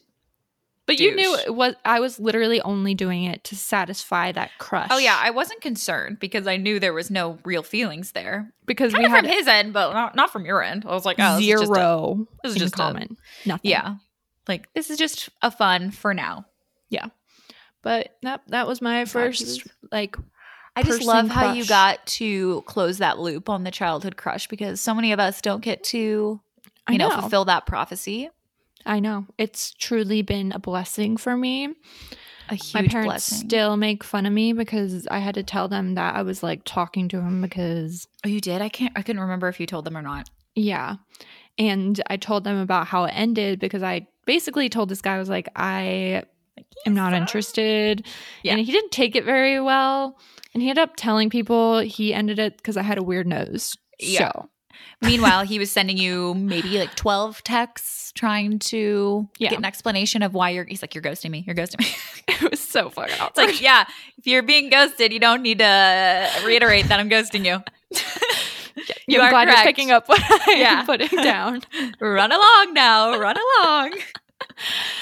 [SPEAKER 1] but you knew
[SPEAKER 2] douche.
[SPEAKER 1] it was I was literally only doing it to satisfy that crush.
[SPEAKER 2] Oh yeah, I wasn't concerned because I knew there was no real feelings there.
[SPEAKER 1] because
[SPEAKER 2] Kind
[SPEAKER 1] we
[SPEAKER 2] of from
[SPEAKER 1] had
[SPEAKER 2] his end, but not, not from your end. I was like, oh, this is just a-
[SPEAKER 1] zero
[SPEAKER 2] this is
[SPEAKER 1] in
[SPEAKER 2] just a-
[SPEAKER 1] common. Nothing.
[SPEAKER 2] yeah, like this is just a fun for now.
[SPEAKER 1] but that that was my first
[SPEAKER 2] Jesus.
[SPEAKER 1] like
[SPEAKER 2] I just
[SPEAKER 1] person
[SPEAKER 2] love how you
[SPEAKER 1] crush.
[SPEAKER 2] got to close that loop on the childhood crush because so many of us don't get to, you
[SPEAKER 1] I
[SPEAKER 2] know,
[SPEAKER 1] know.
[SPEAKER 2] fulfill that prophecy.
[SPEAKER 1] I know it's truly been a blessing for me.
[SPEAKER 2] A huge
[SPEAKER 1] my parents
[SPEAKER 2] blessing.
[SPEAKER 1] still make fun of me because I had to tell them that I was like talking to him because
[SPEAKER 2] oh, you did? I can't. I couldn't remember if you told them or not.
[SPEAKER 1] yeah, and I told them about how it ended because I basically told this guy I was like I am not interested,
[SPEAKER 2] Yeah.
[SPEAKER 1] and he didn't take it very well, and he ended up telling people he ended it because I had a weird nose.
[SPEAKER 2] Yeah.
[SPEAKER 1] So
[SPEAKER 2] Meanwhile, he was sending you maybe like 12 texts trying to
[SPEAKER 1] Yeah.
[SPEAKER 2] get an explanation of why you're, he's like, you're ghosting me. You're ghosting me.
[SPEAKER 1] it was so fucking
[SPEAKER 2] It's like, yeah, if you're being ghosted, you don't need to reiterate that I'm ghosting you. you
[SPEAKER 1] I'm
[SPEAKER 2] are
[SPEAKER 1] glad
[SPEAKER 2] correct.
[SPEAKER 1] you're picking up what I'm
[SPEAKER 2] Yeah.
[SPEAKER 1] putting down.
[SPEAKER 2] Run along now. Run along.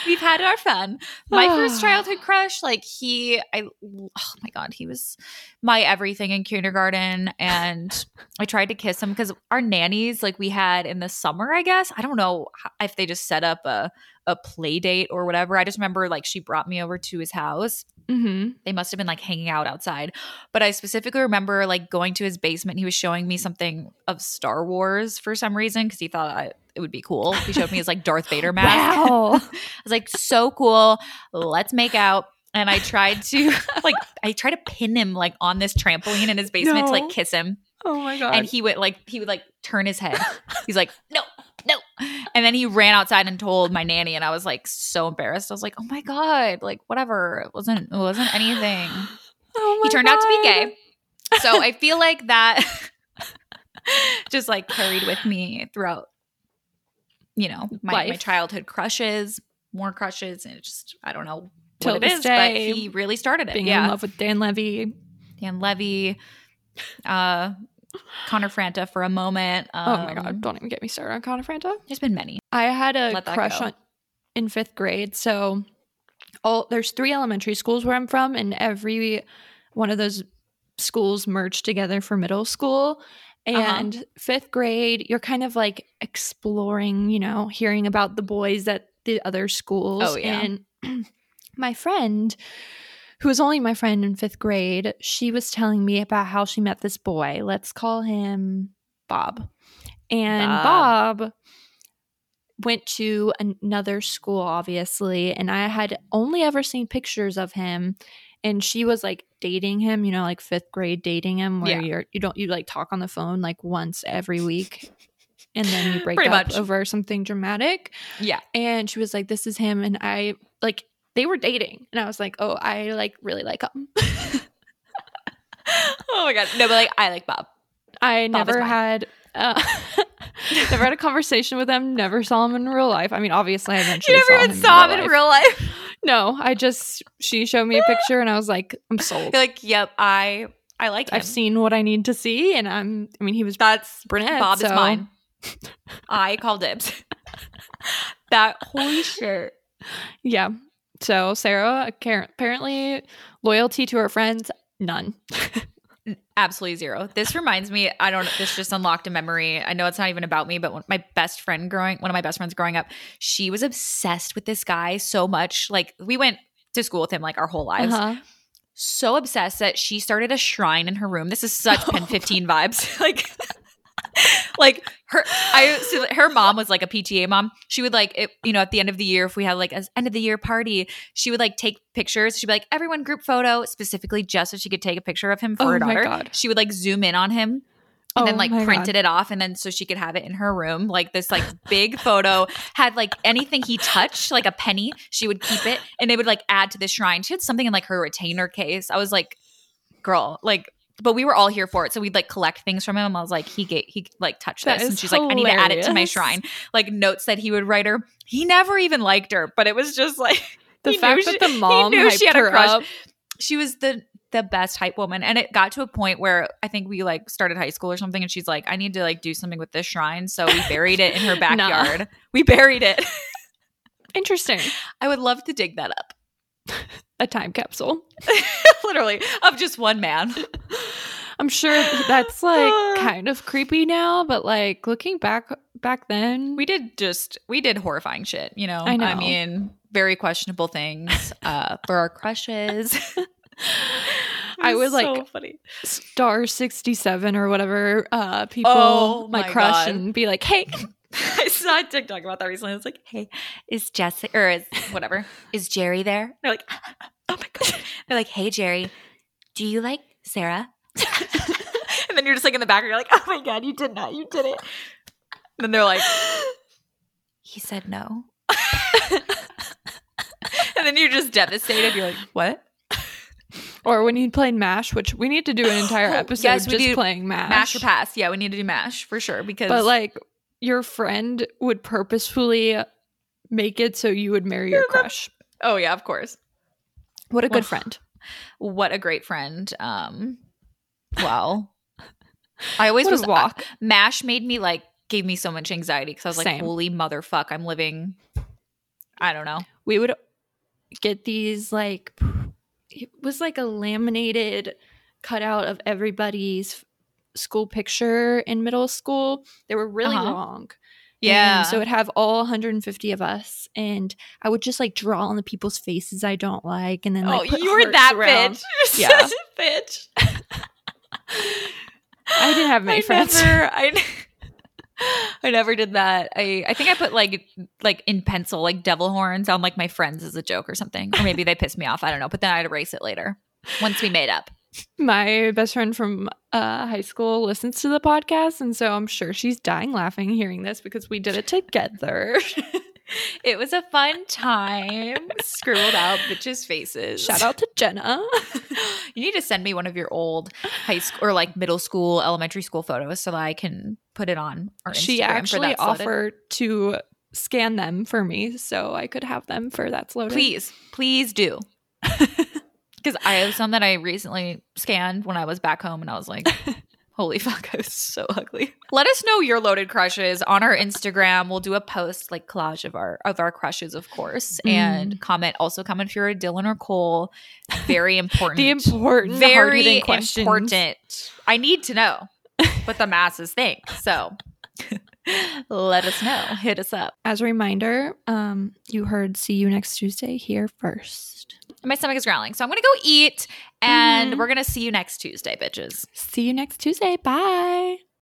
[SPEAKER 2] We've had our fun. My first childhood crush, like he, I, oh my God, he was my everything in kindergarten. And I tried to kiss him because our nannies, like we had in the summer, I guess. I don't know h- if they just set up a, a play date or whatever. I just remember like she brought me over to his house
[SPEAKER 1] Mm-hmm.
[SPEAKER 2] they must have been like hanging out outside. But I specifically remember like going to his basement. He was showing me something of Star Wars for some reason because he thought I, it would be cool. He showed me his like Darth Vader mask.
[SPEAKER 1] Wow.
[SPEAKER 2] I was like, so cool. Let's make out. And I tried to like I tried to pin him like on this trampoline in his basement to
[SPEAKER 1] No.
[SPEAKER 2] like kiss him.
[SPEAKER 1] oh my god.
[SPEAKER 2] And he would like he would like turn his head. He's like, no, no. And then he ran outside and told my nanny, and I was like so embarrassed. I was like, oh my god, like whatever. It wasn't it wasn't anything
[SPEAKER 1] Oh
[SPEAKER 2] he
[SPEAKER 1] my
[SPEAKER 2] turned out to be
[SPEAKER 1] God.
[SPEAKER 2] gay. So I feel like that just like carried with me throughout, you know, my, my
[SPEAKER 1] Life.
[SPEAKER 2] childhood crushes, more crushes, and it just I don't know
[SPEAKER 1] Till
[SPEAKER 2] what it
[SPEAKER 1] this
[SPEAKER 2] is,
[SPEAKER 1] day,
[SPEAKER 2] but he really started it.
[SPEAKER 1] Being
[SPEAKER 2] yeah,
[SPEAKER 1] in love with Dan Levy.
[SPEAKER 2] Dan Levy, uh, Connor Franta for a moment.
[SPEAKER 1] Oh my
[SPEAKER 2] um,
[SPEAKER 1] god, don't even get me started on Connor Franta.
[SPEAKER 2] there's been many.
[SPEAKER 1] I had a
[SPEAKER 2] Let that
[SPEAKER 1] crush
[SPEAKER 2] go.
[SPEAKER 1] on in fifth grade. So all there's three elementary schools where I'm from, and every one of those schools merged together for middle school.
[SPEAKER 2] Uh-huh.
[SPEAKER 1] And fifth grade, you're kind of like exploring, you know, hearing about the boys at the other schools.
[SPEAKER 2] Oh, yeah.
[SPEAKER 1] And my friend, who was only my friend in fifth grade, she was telling me about how she met this boy. Let's call him Bob. And
[SPEAKER 2] Bob.
[SPEAKER 1] Bob went to another school, obviously, and I had only ever seen pictures of him. And she was like dating him, you know, like fifth grade dating him, where
[SPEAKER 2] Yeah.
[SPEAKER 1] you're you don't you like talk on the phone like once every week, and then you break
[SPEAKER 2] Pretty
[SPEAKER 1] up
[SPEAKER 2] much.
[SPEAKER 1] over something dramatic.
[SPEAKER 2] Yeah,
[SPEAKER 1] And she was like, "This is him," and I like they were dating, and I was like, "Oh, I like really like him."
[SPEAKER 2] oh my god, no, but like I like Bob.
[SPEAKER 1] I
[SPEAKER 2] Bob is
[SPEAKER 1] never
[SPEAKER 2] mine.
[SPEAKER 1] had uh, never had a conversation with him. Never saw him in real life. I mean, obviously, I
[SPEAKER 2] You
[SPEAKER 1] eventually
[SPEAKER 2] never
[SPEAKER 1] saw
[SPEAKER 2] even
[SPEAKER 1] him
[SPEAKER 2] saw
[SPEAKER 1] in real
[SPEAKER 2] him in
[SPEAKER 1] life.
[SPEAKER 2] real life.
[SPEAKER 1] No, I just she showed me a picture, and I was like, I'm sold.
[SPEAKER 2] You're like, yep, I I like him.
[SPEAKER 1] I've seen what I need to see, and I'm. I mean, he was
[SPEAKER 2] That's
[SPEAKER 1] brunette.
[SPEAKER 2] Bob is
[SPEAKER 1] so-
[SPEAKER 2] mine. I call dibs. that holy shit.
[SPEAKER 1] Yeah. So Sarah acca- apparently loyalty to her friends none.
[SPEAKER 2] Absolutely zero. This reminds me, I don't this just unlocked a memory. I know it's not even about me, but one, my best friend growing, one of my best friends growing up, she was obsessed with this guy so much. Like we went to school with him like our whole lives.
[SPEAKER 1] Uh-huh.
[SPEAKER 2] So obsessed that she started a shrine in her room. This is such
[SPEAKER 1] Oh
[SPEAKER 2] pen 15 vibes. like like her I so her mom was like a PTA mom. She would like it, you know at the end of the year if we had like an end of the year party, she would like take pictures. She'd be like everyone group photo specifically just so she could take a picture of him for
[SPEAKER 1] Oh
[SPEAKER 2] her
[SPEAKER 1] my
[SPEAKER 2] daughter.
[SPEAKER 1] God.
[SPEAKER 2] She would like zoom in on him and
[SPEAKER 1] Oh
[SPEAKER 2] then like
[SPEAKER 1] my
[SPEAKER 2] printed
[SPEAKER 1] God.
[SPEAKER 2] it off and then so she could have it in her room like this like big photo had like anything he touched like a penny she would keep it and they would like add to the shrine she had something in like her retainer case i was like girl like but we were all here for it so we'd like collect things from him i was like he get he like touched
[SPEAKER 1] That
[SPEAKER 2] this and
[SPEAKER 1] is
[SPEAKER 2] she's like i need to add it to my
[SPEAKER 1] hilarious.
[SPEAKER 2] shrine like notes that he would write her he never even liked her but it was just like
[SPEAKER 1] The
[SPEAKER 2] He
[SPEAKER 1] fact
[SPEAKER 2] knew she-
[SPEAKER 1] that the
[SPEAKER 2] he
[SPEAKER 1] mom
[SPEAKER 2] knew she
[SPEAKER 1] hyped
[SPEAKER 2] had a
[SPEAKER 1] her
[SPEAKER 2] crush.
[SPEAKER 1] up.
[SPEAKER 2] she was the the best hype woman and it got to a point where i think we like started high school or something and she's like i need to like do something with this shrine so we buried it in her
[SPEAKER 1] Nah.
[SPEAKER 2] backyard we buried it
[SPEAKER 1] Interesting.
[SPEAKER 2] i would love to dig that up
[SPEAKER 1] A time capsule.
[SPEAKER 2] literally of just one man
[SPEAKER 1] I'm sure that's like
[SPEAKER 2] Uh.
[SPEAKER 1] kind of creepy now, but like looking back back then,
[SPEAKER 2] we did just we did horrifying shit you know
[SPEAKER 1] I know.
[SPEAKER 2] mean very questionable things uh for our crushes
[SPEAKER 1] I would,
[SPEAKER 2] was
[SPEAKER 1] like,
[SPEAKER 2] so funny
[SPEAKER 1] star 67 or whatever uh people
[SPEAKER 2] Oh
[SPEAKER 1] my,
[SPEAKER 2] my
[SPEAKER 1] crush
[SPEAKER 2] God.
[SPEAKER 1] and be like hey
[SPEAKER 2] I saw a TikTok about that recently. It's like, hey, is Jessica or is whatever is Jerry there? They're like, oh my god. They're like, hey Jerry, do you like Sarah? and then you're just like in the background, you're like, oh my god, you did not, you did it. And then they're like, he said no. and then you're just devastated. You're like, what?
[SPEAKER 1] or when you played mash which we need to do an entire
[SPEAKER 2] Oh,
[SPEAKER 1] episode
[SPEAKER 2] yes, we
[SPEAKER 1] just
[SPEAKER 2] do.
[SPEAKER 1] playing mash,
[SPEAKER 2] Mash or pass? Yeah, we need to do mash for sure because
[SPEAKER 1] but like your friend would purposefully make it so you would marry your crush
[SPEAKER 2] oh yeah, of course.
[SPEAKER 1] what a
[SPEAKER 2] Well,
[SPEAKER 1] good friend
[SPEAKER 2] what a great friend. Um, wow. I always
[SPEAKER 1] What a
[SPEAKER 2] was uh,
[SPEAKER 1] walk.
[SPEAKER 2] Mash made me like gave me so much anxiety because I was like,
[SPEAKER 1] Same.
[SPEAKER 2] holy motherfuck, I'm living. I don't know.
[SPEAKER 1] we would get these like it was like a laminated cutout of everybody's school picture in middle school they were really
[SPEAKER 2] Uh-huh.
[SPEAKER 1] long
[SPEAKER 2] Yeah.
[SPEAKER 1] And so it'd have all 150 of us and i would just like draw on the people's faces i don't like and then like
[SPEAKER 2] oh,
[SPEAKER 1] put
[SPEAKER 2] you were
[SPEAKER 1] hearts
[SPEAKER 2] that
[SPEAKER 1] around.
[SPEAKER 2] bitch. You're
[SPEAKER 1] Yeah.
[SPEAKER 2] such a bitch.
[SPEAKER 1] i didn't have many
[SPEAKER 2] I
[SPEAKER 1] friends
[SPEAKER 2] Never, I, I never did that. I, I think I put like like in pencil like devil horns on like my friends as a joke or something, or maybe they pissed me off. I don't know. But then I'd erase it later once we made up.
[SPEAKER 1] my best friend from uh, high school listens to the podcast and so i'm sure she's dying laughing hearing this because we did it together
[SPEAKER 2] It was a fun time. Scribbled out bitches' faces.
[SPEAKER 1] shout out to jenna
[SPEAKER 2] You need to send me one of your old high school or like middle school, elementary school photos so that I can put it on our Instagram.
[SPEAKER 1] she
[SPEAKER 2] for
[SPEAKER 1] actually
[SPEAKER 2] that
[SPEAKER 1] offered to scan them for me so I could have them for that's loaded.
[SPEAKER 2] Please, please do. Because I have some that I recently scanned when I was back home and I was like, holy fuck, I was so ugly. Let us know your loaded crushes on our Instagram. We'll do a post like collage of our of our crushes, of course. And comment also comment if you're a Dylan or Cole. Very important.
[SPEAKER 1] The important,
[SPEAKER 2] very
[SPEAKER 1] very questions.
[SPEAKER 2] important. I need to know what the masses think. So let us know. Hit us up.
[SPEAKER 1] As a reminder, um, you heard "See You Next Tuesday" here first.
[SPEAKER 2] My stomach is growling, so I'm gonna go eat, and
[SPEAKER 1] Mhm.
[SPEAKER 2] we're gonna see you next Tuesday, bitches.
[SPEAKER 1] See you next Tuesday. Bye.